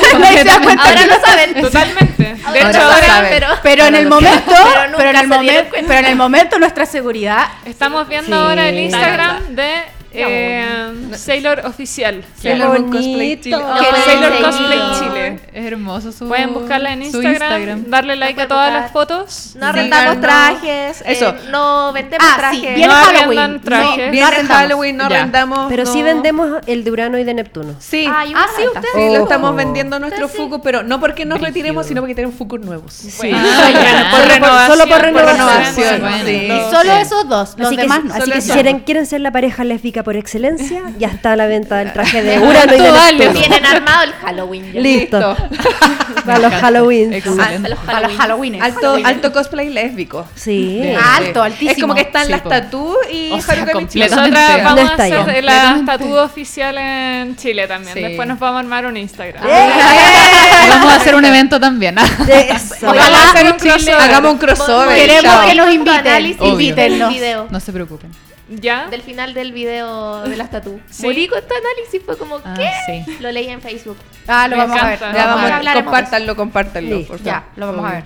Speaker 1: Completamente.
Speaker 3: cuenta.
Speaker 6: Ahora lo saben.
Speaker 2: Totalmente. De
Speaker 6: Ahora
Speaker 2: hecho,
Speaker 6: lo
Speaker 2: ahora
Speaker 5: saben.
Speaker 6: pero.
Speaker 3: Pero en el momento,
Speaker 6: Pero nunca
Speaker 3: pero en el
Speaker 6: se dieron
Speaker 3: momento,
Speaker 6: cuenta.
Speaker 3: pero en el momento nuestra seguridad
Speaker 2: estamos viendo
Speaker 4: Sí.
Speaker 2: ahora el
Speaker 4: Sí.
Speaker 2: Instagram de eh, Sailor Oficial.
Speaker 5: Sailor Moon Cosplay
Speaker 4: Bonito.
Speaker 5: Chile.
Speaker 6: No,
Speaker 2: Que
Speaker 6: pueden
Speaker 2: Sailor
Speaker 6: seguir.
Speaker 2: Cosplay Chile.
Speaker 1: Es hermoso su
Speaker 2: Pueden buscarla en
Speaker 1: su
Speaker 2: Instagram, darle
Speaker 6: La
Speaker 2: like a
Speaker 6: pueden
Speaker 2: todas
Speaker 6: buscar.
Speaker 2: las fotos.
Speaker 6: No
Speaker 5: Sí,
Speaker 6: rentamos
Speaker 5: no.
Speaker 6: trajes. eh,
Speaker 5: Eso.
Speaker 6: no vendemos
Speaker 3: Ah, sí,
Speaker 6: trajes.
Speaker 3: bien
Speaker 2: no
Speaker 3: Halloween.
Speaker 2: arrendan
Speaker 3: No,
Speaker 2: trajes.
Speaker 5: Bien en
Speaker 3: arrendamos.
Speaker 5: Halloween no
Speaker 1: Ya.
Speaker 5: arrendamos.
Speaker 4: Pero sí
Speaker 5: no.
Speaker 4: vendemos el de Urano y de Neptuno.
Speaker 5: Sí.
Speaker 6: Ah, hay
Speaker 3: Ah,
Speaker 6: una
Speaker 3: sí,
Speaker 6: renta.
Speaker 3: ustedes-
Speaker 5: Sí, lo
Speaker 4: Oh.
Speaker 5: estamos vendiendo nuestros
Speaker 6: Entonces,
Speaker 5: fucus, pero no porque nos retiremos, sino porque tenemos fucus nuevos.
Speaker 2: Bueno,
Speaker 1: Ah, ya.
Speaker 2: por
Speaker 1: Solo
Speaker 2: renovación,
Speaker 4: solo por
Speaker 5: renovación,
Speaker 1: bueno.
Speaker 5: sí.
Speaker 3: Y solo
Speaker 1: Sí.
Speaker 3: esos dos, los
Speaker 4: así
Speaker 3: demás
Speaker 4: que,
Speaker 3: no.
Speaker 4: así
Speaker 5: Solo
Speaker 4: que si
Speaker 5: eso.
Speaker 4: quieren, quieren ser la pareja lésbica por excelencia, ya está a la venta del traje de Urano y de
Speaker 1: ¿Cuánto vale?
Speaker 4: Neptuno.
Speaker 6: Tienen armado el Halloween. ya.
Speaker 4: Listo. Para
Speaker 1: Me
Speaker 4: los
Speaker 1: encanta.
Speaker 4: Halloween.
Speaker 1: Excelente.
Speaker 6: Los
Speaker 3: Ah, Para los
Speaker 6: Halloween.
Speaker 3: Halloween.
Speaker 5: Alto, alto cosplay lésbico.
Speaker 4: Sí.
Speaker 1: Bien.
Speaker 3: Ah, Alto, altísimo.
Speaker 5: Es como que están
Speaker 1: Sí,
Speaker 5: las
Speaker 1: po.
Speaker 5: tatú y
Speaker 1: O sea,
Speaker 5: Haruka Michi.
Speaker 1: completo.
Speaker 2: Nosotras
Speaker 1: Completamente.
Speaker 2: vamos
Speaker 4: No
Speaker 2: a
Speaker 4: está ya.
Speaker 2: hacer la estatua oficial en Chile también.
Speaker 1: Sí.
Speaker 2: Después nos vamos a armar un Instagram.
Speaker 1: Eh. Vamos a hacer un evento también. Ah,
Speaker 4: Eso.
Speaker 2: Ojalá
Speaker 1: Ojalá
Speaker 2: hacer un
Speaker 1: Chile.
Speaker 2: crossover.
Speaker 5: Hagamos un crossover.
Speaker 3: Queremos
Speaker 5: chao.
Speaker 3: que nos
Speaker 6: Punto de
Speaker 3: inviten.
Speaker 6: análisis
Speaker 1: Obvio.
Speaker 6: del
Speaker 3: Invítennos.
Speaker 6: video.
Speaker 1: No se preocupen.
Speaker 2: ¿Ya?
Speaker 6: Del final del video de las tatu.
Speaker 2: Sí.
Speaker 6: Morí con este análisis, fue como,
Speaker 1: Ah,
Speaker 6: ¿qué?
Speaker 1: sí.
Speaker 6: Lo leí en Facebook.
Speaker 3: Ah, lo
Speaker 2: Me
Speaker 3: vamos a ver.
Speaker 2: encanta.
Speaker 3: lo
Speaker 5: Ya
Speaker 3: vamos a
Speaker 5: vamos,
Speaker 3: ver.
Speaker 6: hablaremos.
Speaker 5: compártanlo, compártanlo,
Speaker 4: Listo.
Speaker 5: por favor. Este
Speaker 3: Ya, lo vamos a ver.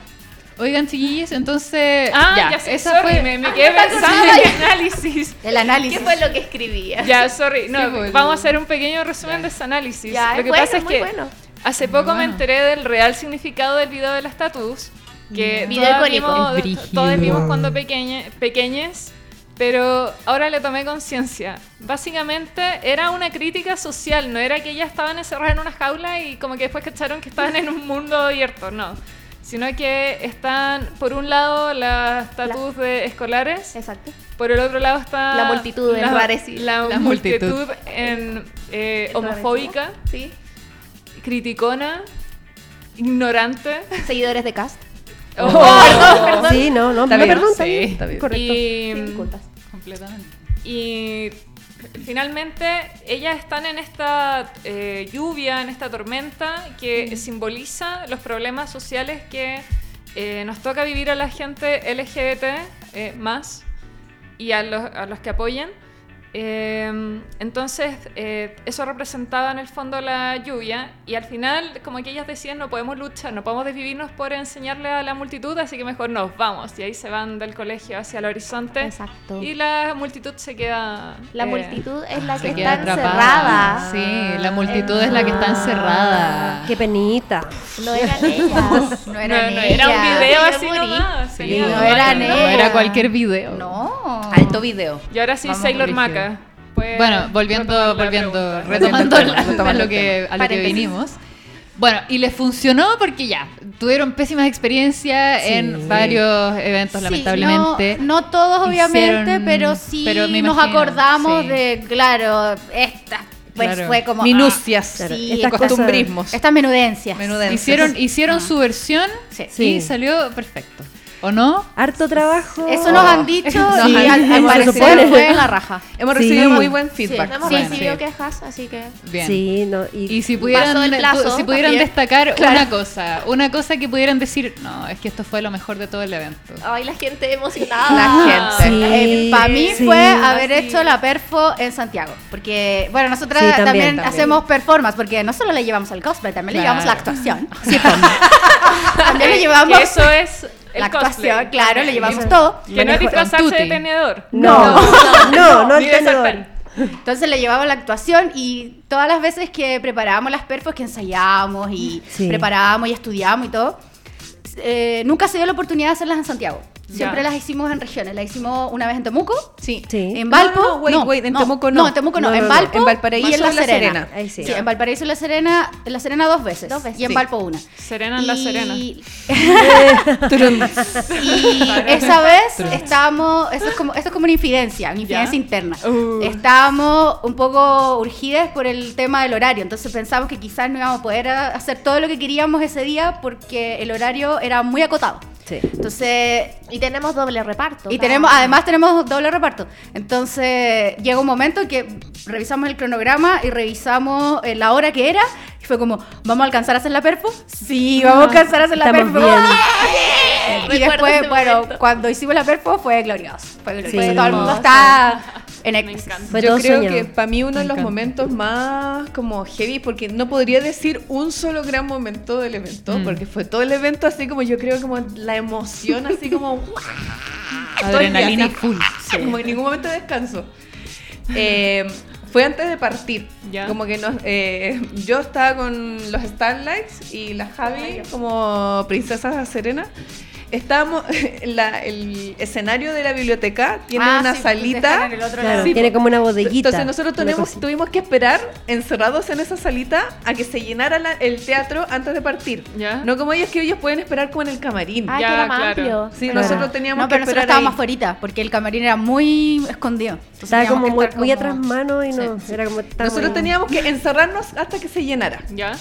Speaker 1: Oigan, chiquillos, entonces.
Speaker 2: Ah, ya, sé,
Speaker 1: esa
Speaker 2: sorry,
Speaker 1: fue.
Speaker 2: me, me quedé pensando en el análisis.
Speaker 3: El
Speaker 6: ¿Qué
Speaker 3: análisis.
Speaker 6: fue lo que escribía?
Speaker 2: Ya, sorry. No,
Speaker 1: Sí, boludo.
Speaker 2: vamos a hacer un pequeño resumen de ese análisis.
Speaker 6: Ya,
Speaker 2: Lo
Speaker 6: es
Speaker 2: que
Speaker 6: bueno,
Speaker 2: pasa es
Speaker 6: muy
Speaker 2: que
Speaker 6: bueno.
Speaker 2: hace poco
Speaker 1: Bueno.
Speaker 2: me enteré del real significado del video de las tatuas. Que
Speaker 6: Video
Speaker 2: todas
Speaker 6: icónico.
Speaker 2: vimos-
Speaker 1: Es brígido.
Speaker 2: todas vimos cuando pequeñe- pequeñes, pero ahora le tomé conciencia. Básicamente era una crítica social, no era que ellas estaban encerradas en una jaula y como que después cacharon que estaban en un mundo abierto, no. Sino que están, por un lado, las tatuas de escolares,
Speaker 6: Exacto.
Speaker 2: por el otro lado está
Speaker 6: La multitud
Speaker 2: la-
Speaker 6: enrarecida.
Speaker 2: La,
Speaker 1: La multitud.
Speaker 2: multitud en, eh, homofóbica,
Speaker 6: Sí.
Speaker 2: criticona, ignorante. Oh,
Speaker 6: Seguidores de cast.
Speaker 4: Sí, no, no.
Speaker 5: Está
Speaker 4: me
Speaker 5: bien,
Speaker 4: perdón, está
Speaker 1: sí.
Speaker 4: bien.
Speaker 5: Está bien.
Speaker 2: Y,
Speaker 6: Disculpas.
Speaker 1: Completamente.
Speaker 2: y finalmente ellas están en esta eh, lluvia, en esta tormenta que simboliza los problemas sociales que eh, nos toca vivir a la gente LGBT eh, más y a los, a los que apoyan. Eh, entonces, eh, eso representaba en el fondo la lluvia y al final, como que ellas decían, no podemos luchar, no podemos desvivirnos por enseñarle a la multitud, así que mejor nos vamos. Y ahí se van del colegio hacia el horizonte
Speaker 6: Exacto.
Speaker 2: y la multitud se queda...
Speaker 6: La
Speaker 2: eh,
Speaker 6: multitud es la que
Speaker 1: Se queda
Speaker 6: está
Speaker 1: atrapada.
Speaker 6: encerrada.
Speaker 1: Sí, la multitud es la que está encerrada.
Speaker 4: Ah, Qué penita.
Speaker 6: No eran ellas.
Speaker 2: No, no, era un video así nomás.
Speaker 1: Sí,
Speaker 2: tenía
Speaker 3: no
Speaker 2: nomás,
Speaker 3: eran
Speaker 1: no
Speaker 3: ellas.
Speaker 1: era cualquier video.
Speaker 3: No.
Speaker 5: Alto video.
Speaker 2: Y ahora sí,
Speaker 1: Vamos,
Speaker 2: Sailor
Speaker 1: Brigida.
Speaker 2: Maca. Pueden
Speaker 1: Bueno, volviendo,
Speaker 2: retomar la
Speaker 1: volviendo,
Speaker 2: pregunta.
Speaker 1: retomando
Speaker 5: Retomando el
Speaker 1: la-
Speaker 5: tema,
Speaker 1: a
Speaker 5: retomando
Speaker 1: lo
Speaker 5: el
Speaker 1: que, a lo que
Speaker 6: Paréntesis.
Speaker 1: vinimos. Bueno, y les funcionó porque ya, tuvieron pésimas experiencias en varios eventos,
Speaker 3: Sí,
Speaker 1: lamentablemente.
Speaker 3: No, no todos, obviamente,
Speaker 1: Hicieron-
Speaker 3: pero sí
Speaker 1: pero me
Speaker 3: nos
Speaker 1: imagino,
Speaker 3: acordamos
Speaker 1: sí.
Speaker 3: de, claro, esta. Pues
Speaker 1: Claro.
Speaker 3: fue como. ah,
Speaker 5: Minucias.
Speaker 3: sí,
Speaker 4: Estas
Speaker 3: cosas-
Speaker 5: costumbrismos.
Speaker 3: Estas menudencias.
Speaker 5: Menudencias.
Speaker 1: Hicieron, hicieron su versión
Speaker 3: Sí.
Speaker 1: y salió perfecto. ¿o no?
Speaker 4: Harto trabajo.
Speaker 3: Eso nos han dicho
Speaker 5: Nos
Speaker 3: y
Speaker 5: han-
Speaker 3: al, al
Speaker 5: se
Speaker 3: parecer
Speaker 4: supone.
Speaker 3: fue la raja.
Speaker 5: Hemos
Speaker 4: Sí.
Speaker 5: recibido muy buen
Speaker 6: No
Speaker 5: feedback.
Speaker 6: hemos
Speaker 1: Bueno,
Speaker 6: recibido
Speaker 1: sí.
Speaker 6: quejas, así que
Speaker 1: Bien.
Speaker 4: Sí, no. Y,
Speaker 1: Y si pudieran,
Speaker 6: Pasó el
Speaker 1: de-
Speaker 6: plazo,
Speaker 1: pu- si pudieran
Speaker 6: también.
Speaker 1: destacar una cosa, una cosa que pudieran decir, no, es que esto fue lo mejor de todo el evento.
Speaker 6: ay la gente emocionada.
Speaker 5: La gente.
Speaker 4: Sí.
Speaker 3: Para Eh, mí
Speaker 4: sí.
Speaker 3: fue haber hecho la perfo en Santiago. Porque, bueno, nosotras
Speaker 4: Sí,
Speaker 3: también,
Speaker 4: también,
Speaker 5: también.
Speaker 3: hacemos performance. Porque no solo le llevamos al cosplay, también le
Speaker 1: Claro.
Speaker 3: llevamos la actuación.
Speaker 5: pues,
Speaker 3: también le llevamos
Speaker 2: Eh, Que Eso es el
Speaker 3: la
Speaker 2: cosplay.
Speaker 3: actuación, claro, le llevamos
Speaker 2: Sí.
Speaker 3: todo.
Speaker 2: Que no es
Speaker 1: Manejo-
Speaker 2: disfrazarse de
Speaker 1: Tutti.
Speaker 2: tenedor.
Speaker 4: No, no, no, no
Speaker 2: Ni
Speaker 4: el
Speaker 2: de
Speaker 4: tenedor.
Speaker 2: sartén.
Speaker 3: Entonces le llevaba la actuación y todas las veces que preparábamos las perfos, que ensayábamos y
Speaker 4: Sí.
Speaker 3: preparábamos y estudiábamos y todo, eh, nunca se dio la oportunidad de hacerlas en Santiago. Siempre
Speaker 2: Ya.
Speaker 3: las hicimos en regiones. Las hicimos una vez en Temuco,
Speaker 5: Sí. Ah,
Speaker 4: Sí.
Speaker 3: en Valpo.
Speaker 5: No, no, no, wait, wait, en Temuco no.
Speaker 3: en Temuco no.
Speaker 5: No,
Speaker 3: en
Speaker 5: no, no.
Speaker 3: Valpo.
Speaker 5: En Valparaíso
Speaker 3: y en La
Speaker 5: y La
Speaker 3: Serena.
Speaker 5: Serena.
Speaker 4: Ahí sí.
Speaker 3: Sí, en Valparaíso y La Serena, en La Serena dos veces.
Speaker 6: Dos veces.
Speaker 3: Y en
Speaker 5: Sí.
Speaker 3: Valpo una.
Speaker 2: Serena en La
Speaker 3: Y-
Speaker 2: Serena.
Speaker 3: y esa vez estábamos, eso es como, esto es como una infidencia, una infidencia interna.
Speaker 6: Uh.
Speaker 3: Estábamos un poco urgidas por el tema del horario, entonces pensamos que quizás no íbamos a poder a- hacer todo lo que queríamos ese día porque el horario era muy acotado.
Speaker 4: Sí.
Speaker 3: Entonces,
Speaker 6: Y tenemos doble reparto.
Speaker 3: y
Speaker 6: cada
Speaker 3: tenemos,
Speaker 6: uno.
Speaker 3: además tenemos doble reparto. Entonces, llega un momento en que revisamos el cronograma y revisamos eh, la hora que era. Y fue como, ¿vamos a alcanzar a hacer la perfo? Sí, vamos a alcanzar a hacer la
Speaker 4: Estamos
Speaker 3: perfo.
Speaker 4: bien.
Speaker 3: ¡Ah! Y
Speaker 6: Recuerdo
Speaker 3: después,
Speaker 6: ese
Speaker 3: bueno,
Speaker 6: momento.
Speaker 3: cuando hicimos la perfo fue glorioso. Fue glorioso.
Speaker 4: Sí.
Speaker 3: Todo el mundo
Speaker 6: Hermoso.
Speaker 3: está en
Speaker 2: Me
Speaker 3: éxtasis.
Speaker 2: encanta.
Speaker 4: Fue
Speaker 5: Yo
Speaker 4: todo
Speaker 5: creo
Speaker 4: soñado.
Speaker 5: que para mí uno de los
Speaker 1: encanta.
Speaker 5: momentos más como heavy, porque no podría decir un solo gran momento del evento,
Speaker 1: Mm.
Speaker 5: porque fue todo el evento así como yo creo como la emoción, así como ¡guau! Todo el día,
Speaker 1: Adrenalina
Speaker 5: así,
Speaker 1: full.
Speaker 5: como en ningún momento de descanso. Eh, fue antes de partir.
Speaker 2: Ya.
Speaker 5: Como que nos, eh, yo estaba con los Starlights y la Javi como princesa serena. Estábamos, la- el escenario de la biblioteca tiene
Speaker 3: Ah,
Speaker 5: una
Speaker 3: sí,
Speaker 5: salita.
Speaker 3: dejan en el otro
Speaker 4: Claro,
Speaker 3: lado.
Speaker 5: Sí,
Speaker 4: tiene
Speaker 5: po.
Speaker 4: como una bodeguita.
Speaker 5: Entonces nosotros
Speaker 4: una
Speaker 5: tenemos-
Speaker 4: cosa.
Speaker 5: tuvimos que esperar encerrados en esa salita a que se llenara la- el teatro antes de partir.
Speaker 2: Ya.
Speaker 5: No como ellos que ellos pueden esperar como en el camarín.
Speaker 6: Ah,
Speaker 2: Ya,
Speaker 6: que era más
Speaker 2: claro.
Speaker 6: amplio.
Speaker 5: Sí,
Speaker 4: claro.
Speaker 5: nosotros teníamos
Speaker 3: No, pero
Speaker 5: que
Speaker 3: nosotros
Speaker 5: esperar
Speaker 3: estábamos
Speaker 5: ahí.
Speaker 3: afuera porque el camarín era muy escondido. Entonces
Speaker 4: Estaba
Speaker 3: teníamos
Speaker 4: como
Speaker 3: que
Speaker 4: muy,
Speaker 3: estar
Speaker 4: muy
Speaker 3: como-
Speaker 4: atrás mano y no.
Speaker 3: Sí.
Speaker 4: Era como tan
Speaker 5: Nosotros
Speaker 4: bueno.
Speaker 5: teníamos que encerrarnos hasta que se llenara.
Speaker 2: ¿Ya?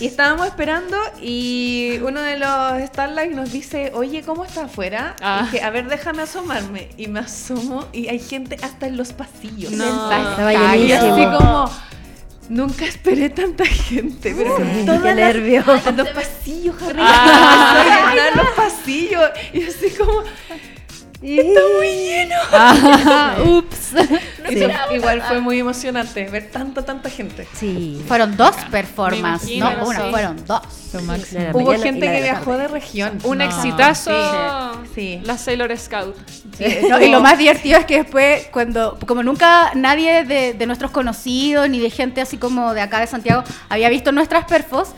Speaker 5: Y estábamos esperando y uno de los Starlights nos dice, oye, ¿cómo está afuera?
Speaker 2: Ah.
Speaker 5: Y dije, a ver, déjame asomarme. Y me asomo y hay gente hasta en los pasillos.
Speaker 2: No.
Speaker 4: Estaba
Speaker 3: Está
Speaker 5: Y
Speaker 4: llenísimo.
Speaker 5: así como, nunca esperé tanta gente, pero
Speaker 4: Sí,
Speaker 5: todas
Speaker 4: Qué
Speaker 5: las-
Speaker 4: nervio.
Speaker 5: en los pasillos, Harry.
Speaker 2: Ah.
Speaker 5: empezó a llenar los pasillos. Y así como,
Speaker 4: Está muy
Speaker 1: Ah, Ups.
Speaker 5: y
Speaker 4: Sí.
Speaker 5: eso igual fue muy emocionante ver tanta, tanta gente.
Speaker 4: Sí.
Speaker 3: Fueron dos performances,
Speaker 2: Me imagino,
Speaker 3: no una,
Speaker 2: sí.
Speaker 3: fueron dos.
Speaker 1: Lo máximo.
Speaker 4: La
Speaker 5: Hubo
Speaker 4: mañana y
Speaker 5: gente
Speaker 4: la
Speaker 5: que
Speaker 4: de la
Speaker 5: viajó
Speaker 4: tarde.
Speaker 5: de región.
Speaker 2: Un
Speaker 1: No.
Speaker 2: exitazo.
Speaker 5: Sí.
Speaker 2: La Sailor Scout.
Speaker 3: No, y lo más divertido es que después, cuando, como nunca nadie de, de nuestros conocidos ni de gente así como de acá de Santiago había visto nuestras perfos,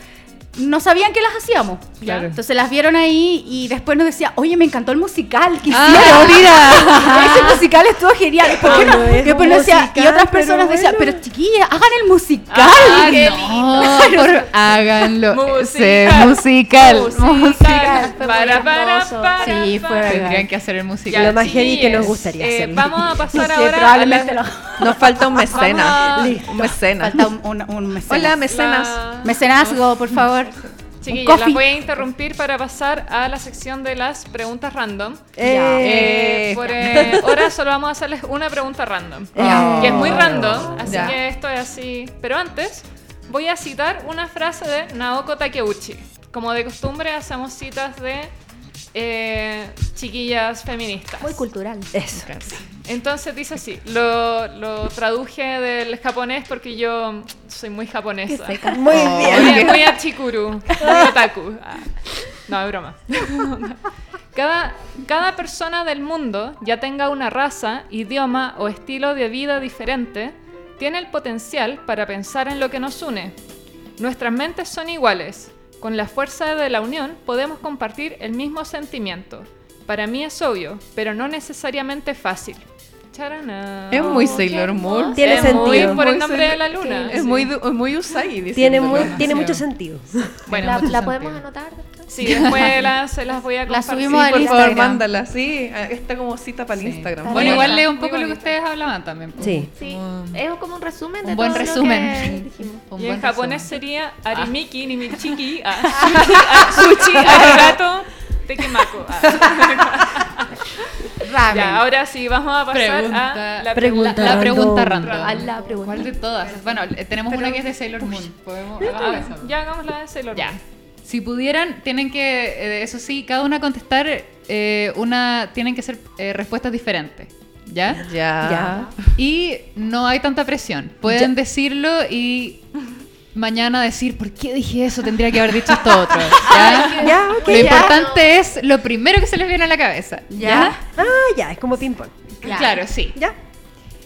Speaker 3: no sabían que las hacíamos.
Speaker 2: Claro.
Speaker 3: Entonces las vieron ahí y después nos decía, oye, me encantó el musical que hicieron.
Speaker 1: Ah, mira.
Speaker 3: Ese musical estuvo genial. ¿Por qué no?
Speaker 4: Cuando es
Speaker 3: Y, después
Speaker 4: un
Speaker 3: nos decía- y
Speaker 4: musical,
Speaker 3: otras
Speaker 4: pero
Speaker 3: personas decían,
Speaker 4: bueno.
Speaker 3: pero chiquillas, hagan el musical.
Speaker 1: Ah,
Speaker 3: Qué
Speaker 1: no, por- háganlo. Ese
Speaker 2: Musical.
Speaker 1: musical.
Speaker 2: Musical.
Speaker 6: Fue muy
Speaker 2: Para, para,
Speaker 6: hermoso.
Speaker 2: para,
Speaker 3: Sí, fue
Speaker 2: para.
Speaker 3: verdad.
Speaker 1: Tendrían que hacer el
Speaker 2: Ya,
Speaker 1: musical.
Speaker 4: Lo más heavy que nos
Speaker 2: chiquillos,
Speaker 4: gustaría
Speaker 2: eh,
Speaker 4: hacer.
Speaker 2: Vamos a pasar
Speaker 3: Sí,
Speaker 2: ahora.
Speaker 3: probablemente
Speaker 2: a
Speaker 3: lo
Speaker 2: la-
Speaker 5: Nos falta un mecena.
Speaker 2: Vamos.
Speaker 5: Un mecena.
Speaker 3: Falta un, un- un mecenas.
Speaker 5: Hola, mecenas.
Speaker 2: la-
Speaker 3: Mecenazgo, por favor.
Speaker 2: Chiquillos, las
Speaker 3: coffee.
Speaker 2: voy a interrumpir para pasar a la sección de las preguntas random. Eh,
Speaker 5: Eh,
Speaker 2: por eh, ahora solo vamos a hacerles una pregunta random.
Speaker 5: Ya.
Speaker 2: Que es muy random, así
Speaker 5: Ya.
Speaker 2: que esto es así. Pero antes, voy a citar una frase de Naoko Takeuchi. Como de costumbre, hacemos citas de eh, chiquillas feministas.
Speaker 6: Muy cultural.
Speaker 4: Eso.
Speaker 2: Eh, Entonces dice así, lo, lo traduje del japonés porque yo soy muy japonesa.
Speaker 4: Muy bien.
Speaker 2: Muy, muy a chikuru, muy otaku. Ah, No, es broma. Cada, cada persona del mundo, ya tenga una raza, idioma o estilo de vida diferente, tiene el potencial para pensar en lo que nos une. Nuestras mentes son iguales. Con la fuerza de la unión podemos compartir el mismo sentimiento. Para mí es obvio, pero no necesariamente fácil. Charana.
Speaker 5: Es muy Sailor Moon.
Speaker 4: Tiene
Speaker 2: Es muy
Speaker 4: sentido.
Speaker 2: por el
Speaker 5: Oh. Muy
Speaker 2: nombre de
Speaker 5: Sailor-
Speaker 2: la luna.
Speaker 5: Es
Speaker 2: Ah, sí.
Speaker 5: muy, du- muy Usagi. dice
Speaker 4: Tiene,
Speaker 5: mi
Speaker 4: muy,
Speaker 5: hermana.
Speaker 4: tiene mucho sentido.
Speaker 2: Bueno,
Speaker 6: ¿La,
Speaker 1: mucho
Speaker 6: la
Speaker 1: sentido.
Speaker 6: podemos anotar? después?
Speaker 2: Sí, después las, se las voy a
Speaker 3: Las
Speaker 2: compartir.
Speaker 3: subimos al
Speaker 5: Por favor,
Speaker 3: Instagram.
Speaker 5: mándala, sí. ah, Está como cita para el Instagram.
Speaker 1: Bueno,
Speaker 2: Muy
Speaker 1: igual
Speaker 2: bonita,
Speaker 1: leo un
Speaker 2: muy
Speaker 1: poco lo que
Speaker 2: bonita.
Speaker 1: ustedes hablaban también. po.
Speaker 4: Sí.
Speaker 6: Sí,
Speaker 1: Un-
Speaker 6: es como un resumen de
Speaker 1: Un buen
Speaker 6: todo lo que
Speaker 1: resumen.
Speaker 6: dijimos.
Speaker 1: Un
Speaker 2: y
Speaker 1: buen
Speaker 2: en japonés
Speaker 1: resumen.
Speaker 2: sería
Speaker 3: Ah.
Speaker 2: arimiki, ni nimichiki, ah, sushi, ah, sushi, arigato, tekemako. ah. Ya, ahora sí, vamos a pasar a
Speaker 1: pregunta,
Speaker 2: la
Speaker 4: pregunta
Speaker 1: la, pregunta
Speaker 4: random.
Speaker 1: random.
Speaker 6: A la pregunta.
Speaker 1: ¿Cuál de todas? Bueno, eh, tenemos una que es de Sailor Moon. Podemos
Speaker 2: Ah,
Speaker 1: hagamos esa.
Speaker 2: ya hagamos la de Sailor
Speaker 1: Ya.
Speaker 2: Moon.
Speaker 1: Si pudieran, tienen que, eh, eso sí, cada una contestar eh, una, tienen que ser eh, respuestas diferentes. ¿Ya?
Speaker 5: Ya.
Speaker 1: Y no hay tanta presión. Pueden decirlo y mañana decir, ¿por qué dije eso? Tendría que haber dicho esto otro. ¿ya?
Speaker 4: Ya, ok.
Speaker 1: Lo importante es lo primero que se les viene a la cabeza.
Speaker 3: ¿Ya?
Speaker 4: Ah, ya, es como ping-pong.
Speaker 3: Ya.
Speaker 1: Claro, sí.
Speaker 4: Ya.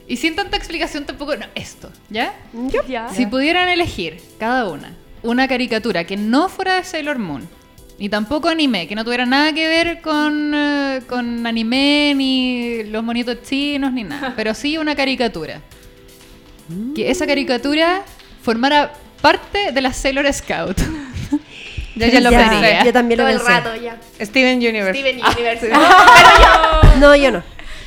Speaker 1: Y sin tanta explicación tampoco, no, esto, ¿ya?
Speaker 4: Yo.
Speaker 2: Ya.
Speaker 1: Si pudieran elegir, cada una, una caricatura que no fuera de Sailor Moon, ni tampoco anime, que no tuviera nada que ver con, eh, con anime, ni los monitos chinos, ni nada, pero sí una caricatura. Que esa caricatura formara parte de la Sailor Scout.
Speaker 5: Ya, ya lo
Speaker 4: Ya,
Speaker 5: pensé.
Speaker 4: Yo también lo
Speaker 6: Todo el
Speaker 4: pensé.
Speaker 6: rato ya.
Speaker 5: Steven Universe.
Speaker 6: Steven Universe.
Speaker 4: No, yo no.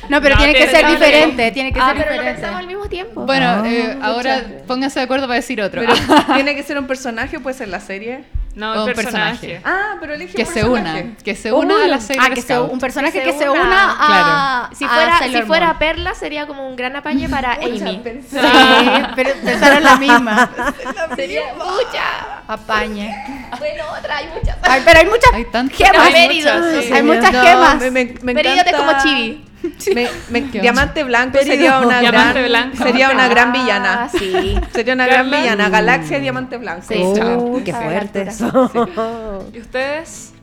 Speaker 3: No, pero
Speaker 2: No,
Speaker 3: tiene que
Speaker 2: pero
Speaker 3: ser
Speaker 2: no,
Speaker 3: diferente, tiene que
Speaker 6: Ah,
Speaker 3: ser
Speaker 6: pero lo
Speaker 3: diferente.
Speaker 6: pensamos al mismo tiempo.
Speaker 1: Bueno, eh, ahora pónganse de acuerdo para decir otro.
Speaker 5: Pero tiene que ser un personaje, puede ser la serie.
Speaker 2: No,
Speaker 1: O
Speaker 2: el
Speaker 1: un
Speaker 2: personaje.
Speaker 1: personaje.
Speaker 5: Ah, pero elige
Speaker 1: que
Speaker 5: un
Speaker 1: se
Speaker 5: personaje.
Speaker 1: una, que se una a la Sailor
Speaker 3: Ah, que sea
Speaker 1: Scout.
Speaker 3: un personaje
Speaker 6: Que
Speaker 3: que
Speaker 6: se
Speaker 3: se
Speaker 6: una.
Speaker 3: una a.
Speaker 6: si
Speaker 3: a
Speaker 6: fuera, si
Speaker 3: Sailor
Speaker 6: fuera
Speaker 3: Moon.
Speaker 6: Perla sería como un gran apañe para Amy.
Speaker 5: pensé.
Speaker 3: Sí, pero pensaron la misma.
Speaker 6: Ah, Sería mucha.
Speaker 3: Apañe.
Speaker 6: Bueno, otra, hay muchas.
Speaker 3: Ay, pero hay muchas
Speaker 1: Hay tantas.
Speaker 3: gemas.
Speaker 2: Hay muchas, sí.
Speaker 3: Hay muchas
Speaker 5: No,
Speaker 3: gemas.
Speaker 5: Me, me, me
Speaker 6: Período
Speaker 5: encanta-
Speaker 6: como chibi.
Speaker 5: Me- me- diamante blanco sería una
Speaker 2: Diamante
Speaker 5: gran,
Speaker 2: blanco.
Speaker 5: sería una gran
Speaker 6: Ah,
Speaker 5: villana.
Speaker 6: sí.
Speaker 5: Sería una gran
Speaker 2: Carla.
Speaker 5: villana. Galaxia diamante blanco.
Speaker 6: Sí.
Speaker 5: Chao.
Speaker 4: Oh, qué
Speaker 6: A la
Speaker 4: fuerte
Speaker 6: altura.
Speaker 4: eso.
Speaker 2: ¿Y ustedes?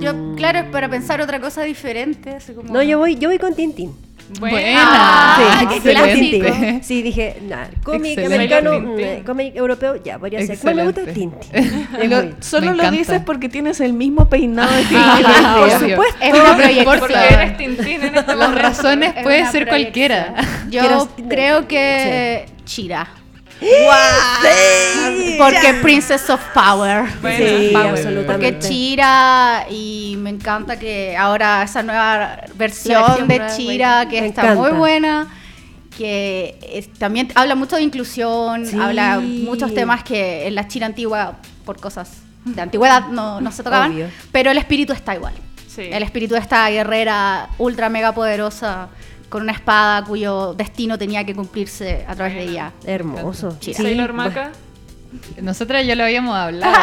Speaker 3: Yo, claro, es para pensar otra cosa diferente. así como-
Speaker 4: No, yo voy, yo voy con Tintín.
Speaker 1: Buena.
Speaker 4: sí,
Speaker 6: qué
Speaker 4: sí, con
Speaker 1: excelente.
Speaker 4: Tintín. Sí, dije, nah, cómic
Speaker 1: Excelente.
Speaker 4: americano,
Speaker 2: Tintín.
Speaker 4: mm, cómic europeo, ya, podría ser. ¿Cuál me gusta?
Speaker 1: Excelente.
Speaker 4: Tintín.
Speaker 5: Y lo-
Speaker 4: Muy-
Speaker 5: solo
Speaker 1: me
Speaker 5: lo
Speaker 1: encanta.
Speaker 5: dices porque tienes el mismo peinado de ti.
Speaker 1: Ah,
Speaker 4: Por
Speaker 1: obvio.
Speaker 4: supuesto.
Speaker 3: Es una
Speaker 1: Por
Speaker 3: proyección.
Speaker 2: Porque eres Tintín en este
Speaker 1: Las
Speaker 2: momento.
Speaker 1: razones
Speaker 3: Es
Speaker 1: pueden
Speaker 3: una
Speaker 1: ser cualquiera.
Speaker 3: proyección.
Speaker 4: Quiero-
Speaker 3: Yo creo que Chira.
Speaker 4: Sí,
Speaker 3: Porque Princess of Power.
Speaker 2: Bueno,
Speaker 4: sí,
Speaker 2: power.
Speaker 3: Porque
Speaker 4: absolutamente.
Speaker 3: Chira y me encanta que ahora esa nueva versión,
Speaker 6: La versión
Speaker 3: de
Speaker 6: nueva,
Speaker 3: Chira que
Speaker 4: Me
Speaker 3: está
Speaker 4: encanta.
Speaker 3: muy buena, que es- también habla mucho de inclusión,
Speaker 4: Sí.
Speaker 3: habla muchos temas que en la China antigua por cosas de antigüedad no, no se tocaban,
Speaker 4: Obvio.
Speaker 3: pero el espíritu está igual.
Speaker 2: Sí.
Speaker 3: El espíritu de esta guerrera ultra mega poderosa con una espada cuyo destino tenía que cumplirse a través de ella.
Speaker 4: Hermoso.
Speaker 3: Sí.
Speaker 2: Sailor Maka.
Speaker 1: Nosotras ya lo habíamos hablado.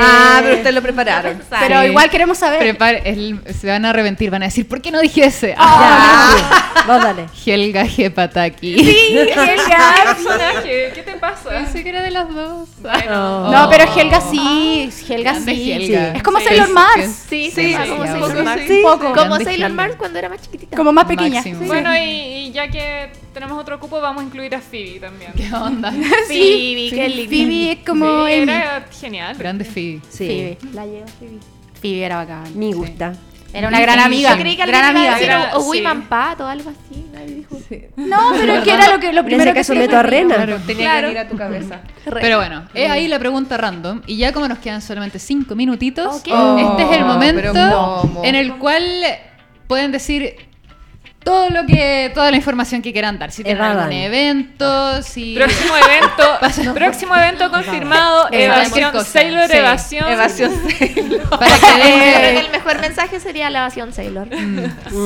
Speaker 5: Ah, pero ustedes lo prepararon.
Speaker 3: Pero
Speaker 1: Sí.
Speaker 3: igual queremos saber.
Speaker 1: Prepar- el- se van a arrepentir, van a decir, ¿por qué no dije ese?
Speaker 4: Ah.
Speaker 1: Ah.
Speaker 4: Ya, vos dale.
Speaker 1: Helga Gepataki.
Speaker 2: ¡Qué personaje! ¿Qué te pasa?
Speaker 1: Pensé que era de las dos.
Speaker 2: Bueno.
Speaker 3: No, pero Helga sí, Helga
Speaker 1: Grande
Speaker 3: sí.
Speaker 1: Helga.
Speaker 3: sí. Es como
Speaker 2: Sí,
Speaker 3: Sailor
Speaker 1: sí,
Speaker 3: Mars,
Speaker 6: Sí,
Speaker 5: Sí,
Speaker 6: ah,
Speaker 5: sí,
Speaker 6: como
Speaker 5: sí,
Speaker 6: Sailor
Speaker 5: sí,
Speaker 6: Mars.
Speaker 5: sí.
Speaker 3: un poco,
Speaker 6: Como
Speaker 1: Grande
Speaker 6: Sailor
Speaker 1: Hilda.
Speaker 6: Mars cuando era más chiquitita.
Speaker 3: como más pequeña.
Speaker 1: Máximo.
Speaker 3: Sí.
Speaker 2: Bueno, y, y ya que tenemos otro cupo, vamos a incluir a Phoebe también.
Speaker 1: ¿Qué onda?
Speaker 6: Phoebe, qué
Speaker 3: Phoebe es como
Speaker 2: Sí,
Speaker 3: Amy.
Speaker 2: era genial.
Speaker 1: Grande Phoebe.
Speaker 4: Sí.
Speaker 6: La lleva Phoebe.
Speaker 3: Phoebe era bacán.
Speaker 4: Me gusta.
Speaker 3: Era una gran amiga,
Speaker 6: Yo creí que
Speaker 3: gran
Speaker 6: alguien iba a
Speaker 3: amiga.
Speaker 6: decir
Speaker 2: Era-
Speaker 6: o- o
Speaker 2: sí.
Speaker 6: Wiman Pat o algo así. Nadie dijo.
Speaker 3: No, pero es que era lo que
Speaker 4: En
Speaker 3: lo
Speaker 4: ese
Speaker 3: primero que
Speaker 4: caso
Speaker 3: se
Speaker 4: meto a Rena.
Speaker 5: Tenía que venir a tu cabeza.
Speaker 1: Pero bueno, es ahí la pregunta random. Y ya como nos quedan solamente cinco minutitos,
Speaker 6: Ok.
Speaker 5: Oh,
Speaker 1: este es el momento
Speaker 5: pero ¿cómo?
Speaker 1: en el cual pueden decir todo lo que, toda la información que quieran dar. Si tienen
Speaker 4: Evadan.
Speaker 1: algún evento, si
Speaker 2: Próximo evento, próximo evento confirmado,
Speaker 1: Evasión.
Speaker 2: evasión,
Speaker 1: Cosa.
Speaker 2: Sailor
Speaker 1: Sí.
Speaker 2: Evasión.
Speaker 5: Evasión
Speaker 1: para que
Speaker 6: Yo creo
Speaker 1: den-
Speaker 6: que el mejor mensaje sería la evasión Sailor.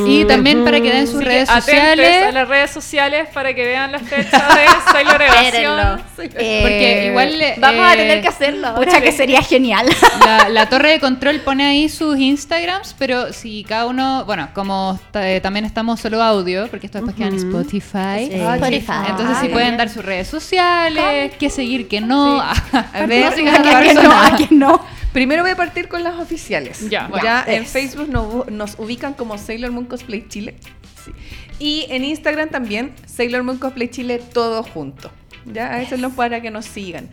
Speaker 1: y también para que den sus
Speaker 2: Así que
Speaker 1: redes
Speaker 2: atentos a
Speaker 1: sociales.
Speaker 2: las redes sociales para que vean las fechas de Sailor Evasión.
Speaker 1: Porque igual eh,
Speaker 6: Vamos a tener que hacerlo. ahora.
Speaker 3: Pucha, que sería genial.
Speaker 1: la, la torre de control pone ahí sus Instagrams, pero si cada uno, bueno, como ta- eh, también estamos solo audio, porque esto después queda en Spotify.
Speaker 4: Sí.
Speaker 3: Spotify.
Speaker 1: Entonces sí
Speaker 5: Ah,
Speaker 1: pueden dar sus redes sociales, qué seguir, qué no.
Speaker 5: A ver,
Speaker 3: ¿A quién no? ¿A quién no?
Speaker 5: Primero voy a partir con las oficiales.
Speaker 2: Ya.
Speaker 5: ya en Facebook nos, nos ubican como Sailor Moon Cosplay Chile. Sí. Y en Instagram también, Sailor Moon Cosplay Chile, todo junto. Ya, eso es lo para que nos sigan.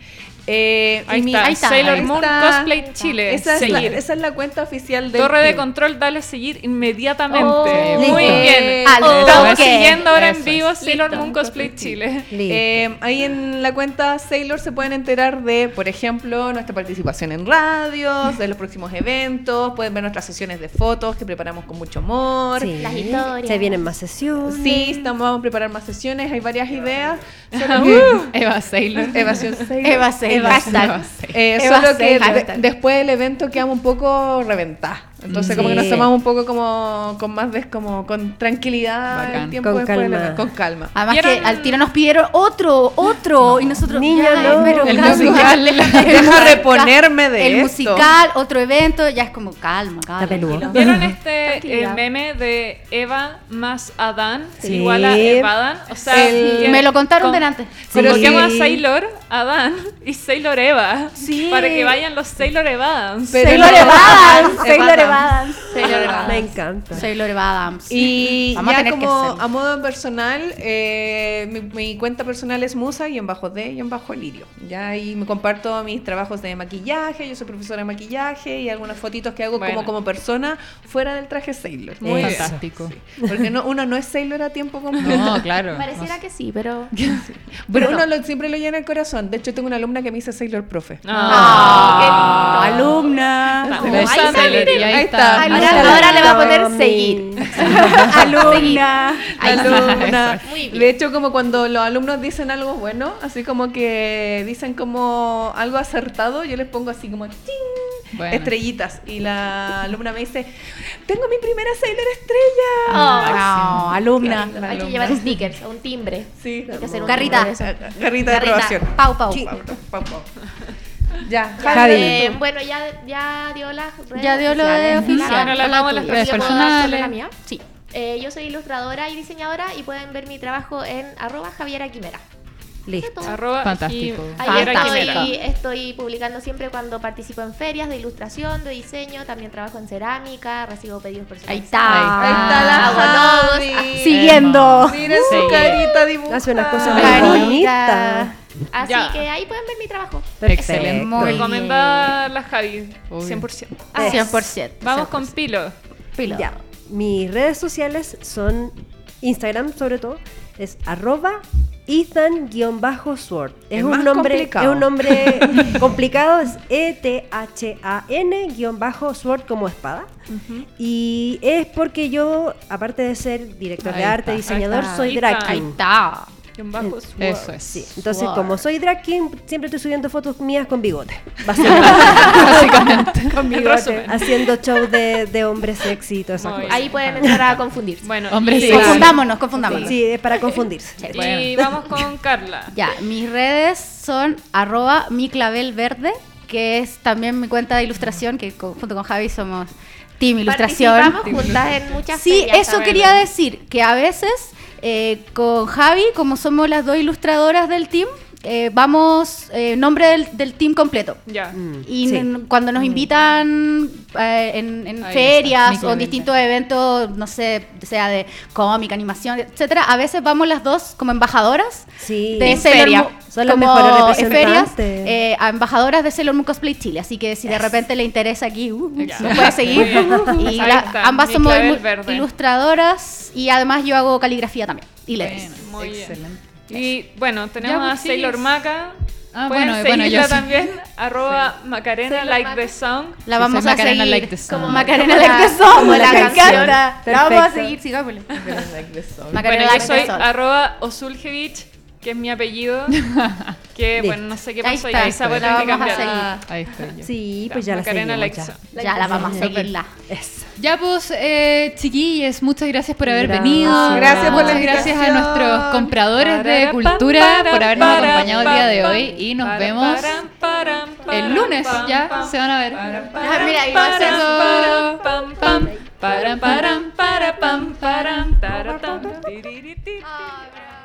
Speaker 5: Eh,
Speaker 2: Ahí
Speaker 5: y mi-
Speaker 2: está, Sailor
Speaker 5: ahí
Speaker 2: Moon
Speaker 5: está.
Speaker 2: Cosplay Chile.
Speaker 5: Esa es, la,
Speaker 2: seguir.
Speaker 5: esa es la cuenta oficial de
Speaker 2: Torre de control, dale seguir inmediatamente.
Speaker 6: Oh,
Speaker 2: Muy
Speaker 4: listo.
Speaker 2: bien.
Speaker 3: Ah,
Speaker 2: Estamos
Speaker 3: ok.
Speaker 2: siguiendo ahora en
Speaker 5: Eso
Speaker 2: vivo
Speaker 5: es.
Speaker 2: Sailor
Speaker 5: Listo.
Speaker 2: Moon Cosplay Chile.
Speaker 4: Listo.
Speaker 5: Eh, ahí en la cuenta Sailor se pueden enterar de, por ejemplo, nuestra participación en radios, de los próximos eventos, pueden ver nuestras sesiones de fotos que preparamos con mucho amor.
Speaker 4: Sí.
Speaker 6: Las historias.
Speaker 4: Se vienen más sesiones.
Speaker 5: Sí, estamos, vamos a preparar más sesiones, hay varias ideas. Solo que-
Speaker 1: Eva Sailor.
Speaker 5: Evasión Sailor.
Speaker 3: Eva Sailor. Hashtag.
Speaker 5: Eh,
Speaker 3: Eva
Speaker 5: solo que
Speaker 3: Sailor.
Speaker 5: de- después del evento quedamos un poco reventadas. Entonces como que nos
Speaker 4: Sí.
Speaker 5: tomamos un poco como con más des, como con tranquilidad
Speaker 1: Bacán.
Speaker 5: el tiempo
Speaker 4: Con
Speaker 5: después del
Speaker 4: calma.
Speaker 5: evento, con calma.
Speaker 3: Además
Speaker 2: ¿Vieron?
Speaker 3: que al tiro nos pidieron otro, otro, y nosotros...
Speaker 4: Niña,
Speaker 3: ya,
Speaker 4: no.
Speaker 3: pero
Speaker 5: El
Speaker 3: calma.
Speaker 5: musical.
Speaker 3: El
Speaker 5: Deja
Speaker 3: musical,
Speaker 5: reponerme de
Speaker 3: El
Speaker 5: esto.
Speaker 3: musical, otro evento, ya es como calma, calma.
Speaker 4: Está peludo.
Speaker 3: tranquilo.
Speaker 2: ¿Vieron este eh,
Speaker 6: Tranquilidad.
Speaker 2: meme de Eva más Adán
Speaker 4: Sí.
Speaker 2: igual a Evadan? O sea,
Speaker 5: El-
Speaker 2: que-
Speaker 3: Me lo contaron
Speaker 2: con-
Speaker 3: delante.
Speaker 2: Convoquemos
Speaker 4: Sí.
Speaker 2: a Sailor Adán y Sailor Eva para que vayan los Sailor Evadans.
Speaker 5: Pero
Speaker 3: Sailor
Speaker 5: no-
Speaker 3: Evadans, Sailor
Speaker 5: Evadans.
Speaker 2: Sailor Evadans.
Speaker 4: Me encanta.
Speaker 3: Soy Lore Adams.
Speaker 5: Y
Speaker 3: Vamos a
Speaker 5: ya
Speaker 3: tener que
Speaker 5: como
Speaker 3: hacerlo.
Speaker 5: a modo personal, eh, mi, mi cuenta personal es musa y en bajo D y en bajo Lilio. Ya ahí me comparto mis trabajos de maquillaje, yo soy profesora de maquillaje y algunas fotitos que hago
Speaker 2: Bueno.
Speaker 5: como, como persona fuera del traje Sailor.
Speaker 1: Muy
Speaker 5: Muy
Speaker 4: Eso.
Speaker 1: fantástico.
Speaker 5: Porque no, uno no es Sailor a tiempo completo.
Speaker 1: No, claro.
Speaker 6: Pareciera que sí, pero.
Speaker 5: Pero uno lo- siempre lo llena el corazón. De hecho, tengo una alumna que me dice Sailor Profe.
Speaker 2: Ah.
Speaker 3: alumna.
Speaker 2: Estamos usando
Speaker 1: Sailor,
Speaker 2: el-
Speaker 1: y ahí
Speaker 5: Ahí
Speaker 1: está.
Speaker 5: está.
Speaker 3: Alumna.
Speaker 6: Ahora- ahora le va a poner
Speaker 4: Tommy.
Speaker 6: seguir.
Speaker 3: alumna.
Speaker 5: alumna.
Speaker 6: Muy bien.
Speaker 5: De hecho, como cuando los alumnos dicen algo bueno, así como que dicen como algo acertado, yo les pongo así como ching,
Speaker 1: Bueno.
Speaker 5: estrellitas. Y la alumna me dice, tengo mi primera Sailor Estrella.
Speaker 3: Ah, No, alumna.
Speaker 6: Hay que llevar stickers o un timbre.
Speaker 5: Sí.
Speaker 6: Hay que hacer un
Speaker 3: Garrita.
Speaker 6: timbre de eso.
Speaker 5: Garrita, de aprobación.
Speaker 3: Pau, pau.
Speaker 5: Sí. Pau, pau. Ya,
Speaker 6: Ya,
Speaker 4: Javi.
Speaker 6: eh, bueno, ya, ya dio las redes
Speaker 3: Ya dio lo de
Speaker 6: sociales.
Speaker 3: oficial.
Speaker 2: Ahora la
Speaker 3: Hola,
Speaker 2: vamos a las
Speaker 3: tuya.
Speaker 1: Redes
Speaker 6: ¿Yo puedo dar solo la
Speaker 1: personales.
Speaker 6: mía?
Speaker 3: Sí.
Speaker 6: Eh, yo soy ilustradora y diseñadora y pueden ver mi trabajo en arroba Javiera Quimera.
Speaker 4: Listo.
Speaker 2: Arroba
Speaker 1: Fantástico.
Speaker 2: Jim-
Speaker 6: Ahí
Speaker 2: Javiera Quimera.
Speaker 6: estoy, estoy publicando siempre cuando participo en ferias de ilustración, de diseño, también trabajo en cerámica, recibo pedidos
Speaker 3: Ahí
Speaker 6: personalizados.
Speaker 3: está.
Speaker 5: Ahí está la
Speaker 6: hago
Speaker 5: Javi.
Speaker 3: Siguiendo.
Speaker 5: Miren su
Speaker 1: Sí.
Speaker 5: carita dibujada.
Speaker 4: Hace unas cosas muy
Speaker 3: Carita.
Speaker 4: bonitas.
Speaker 6: Así
Speaker 2: Ya.
Speaker 6: que ahí pueden ver mi trabajo.
Speaker 1: Excelente.
Speaker 3: Muy bien.
Speaker 2: Recomendada la Javi,
Speaker 1: Obvio.
Speaker 2: 100%.
Speaker 3: Ah, 100%.
Speaker 2: Vamos con Pilo.
Speaker 3: Pilo.
Speaker 4: Ya. Mis redes sociales son Instagram, sobre todo, es arroba Ethan-Sword. Es,
Speaker 5: Es
Speaker 4: un
Speaker 5: más
Speaker 4: nombre,
Speaker 5: complicado.
Speaker 4: es un nombre complicado, es E E-T-H-A-N-Sword como espada. Y es porque yo, aparte de ser director
Speaker 1: Ahí
Speaker 4: de arte,
Speaker 1: está,
Speaker 4: diseñador,
Speaker 1: ahí está.
Speaker 4: soy drag
Speaker 2: Ahí
Speaker 3: Mm.
Speaker 4: queen.
Speaker 3: Está.
Speaker 2: Un bajo su-
Speaker 1: Eso es.
Speaker 4: Sí, entonces
Speaker 3: Sword.
Speaker 4: como soy drag queen, siempre estoy subiendo fotos mías con bigote, básicamente,
Speaker 1: Básicamente.
Speaker 4: con bigote, haciendo show de, de hombres sexy y todas esas
Speaker 2: Muy
Speaker 4: cosas.
Speaker 2: bien.
Speaker 6: Ahí pueden entrar a confundirse.
Speaker 2: Bueno,
Speaker 1: Hombre,
Speaker 2: y-
Speaker 1: sí.
Speaker 3: Confundámonos, confundámonos.
Speaker 4: Sí, es para confundirse.
Speaker 2: y
Speaker 1: Bueno.
Speaker 2: vamos con Carla.
Speaker 3: Ya, mis redes son arroba mi clavel verde, que es también mi cuenta de ilustración, que co- junto con Javi somos team ilustración.
Speaker 6: Participamos juntas en muchas
Speaker 3: Sí,
Speaker 6: ferias,
Speaker 3: eso
Speaker 6: Pamela.
Speaker 3: quería decir, que a veces eh, con Javi, como somos las dos ilustradoras del team, eh, vamos eh, nombre del, del team completo.
Speaker 2: Ya.
Speaker 1: Mm.
Speaker 3: Y
Speaker 4: Sí.
Speaker 3: n- cuando nos invitan eh, en,
Speaker 1: Ahí
Speaker 3: en
Speaker 1: está,
Speaker 3: ferias o
Speaker 1: microevento.
Speaker 3: en distintos eventos, no sé, sea de cómica, animación, etcétera, a veces vamos las dos como embajadoras
Speaker 4: Sí.
Speaker 3: de
Speaker 4: Sí.
Speaker 3: Sailor
Speaker 6: feria.
Speaker 3: Moon,
Speaker 4: Son las
Speaker 3: como
Speaker 4: mejores
Speaker 3: en
Speaker 4: representantes.
Speaker 3: ferias, eh, a embajadoras de Sailor Moon Cosplay Chile. Así que si de repente le interesa aquí, uh, uh,
Speaker 2: Ya.
Speaker 3: nos puede seguir.
Speaker 2: Muy
Speaker 3: y
Speaker 2: bien.
Speaker 3: la-
Speaker 2: Ahí está,
Speaker 3: ambas
Speaker 2: mi
Speaker 3: somos
Speaker 2: clavel
Speaker 3: ilu-
Speaker 2: verde.
Speaker 3: ilustradoras y además yo hago caligrafía también y letras.
Speaker 2: Muy bien.
Speaker 1: Excelente.
Speaker 2: Y bueno, tenemos
Speaker 1: Ya,
Speaker 2: a
Speaker 1: pues, sí.
Speaker 2: Sailor Maca.
Speaker 1: Ah,
Speaker 2: Pueden
Speaker 1: bueno, bueno,
Speaker 2: seguirla
Speaker 1: yo sí.
Speaker 2: también, arroba Macarena
Speaker 6: Sailor
Speaker 2: Like
Speaker 6: Maca.
Speaker 2: the Song.
Speaker 3: La
Speaker 1: Sí,
Speaker 3: vamos
Speaker 1: soy
Speaker 3: a
Speaker 1: Macarena
Speaker 3: seguir.
Speaker 1: Like the Song.
Speaker 3: Como Macarena
Speaker 6: Como la-
Speaker 3: Like the Song,
Speaker 6: como la
Speaker 3: me
Speaker 6: canción.
Speaker 3: encanta. La vamos a
Speaker 4: Perfecto.
Speaker 3: seguir, sigámosle.
Speaker 2: Bueno,
Speaker 3: Macarena
Speaker 2: yo
Speaker 3: Like
Speaker 2: soy
Speaker 3: the Song.
Speaker 2: arroba Osuljevic, que es mi apellido. Que
Speaker 4: Listo.
Speaker 2: bueno, no sé qué
Speaker 3: Ahí
Speaker 2: pasó y
Speaker 3: está,
Speaker 2: esa voy a
Speaker 3: la
Speaker 2: tener que
Speaker 3: vamos a
Speaker 2: cambiar. Ah,
Speaker 3: seguir.
Speaker 1: Ahí estoy yo.
Speaker 4: Sí, pues ya la
Speaker 2: Macarena
Speaker 4: seguimos,
Speaker 2: Like
Speaker 4: ya.
Speaker 2: the Song.
Speaker 3: Ya la vamos a
Speaker 1: Perfecto.
Speaker 3: seguirla.
Speaker 4: Eso.
Speaker 1: Ya pues, eh, chiquilles, muchas gracias por haber
Speaker 4: Gracias.
Speaker 1: venido.
Speaker 5: Gracias por la
Speaker 1: Muchas gracias a
Speaker 5: invitación.
Speaker 1: nuestros compradores de
Speaker 2: Parara,
Speaker 1: cultura
Speaker 2: pam,
Speaker 1: por habernos
Speaker 2: param,
Speaker 1: acompañado el
Speaker 2: pam,
Speaker 1: día de
Speaker 2: pam,
Speaker 1: hoy y nos
Speaker 2: param,
Speaker 1: vemos
Speaker 2: param, param,
Speaker 1: el
Speaker 2: param,
Speaker 1: lunes.
Speaker 2: pam,
Speaker 1: Ya
Speaker 2: pam,
Speaker 1: se van a ver.
Speaker 2: param,
Speaker 3: Ah, mira, ahí va a
Speaker 2: param,
Speaker 3: ser-
Speaker 2: param, pam, pam, param, param, para, pam, param, tara, tam,
Speaker 7: Tiririti.
Speaker 2: Ah, bravo.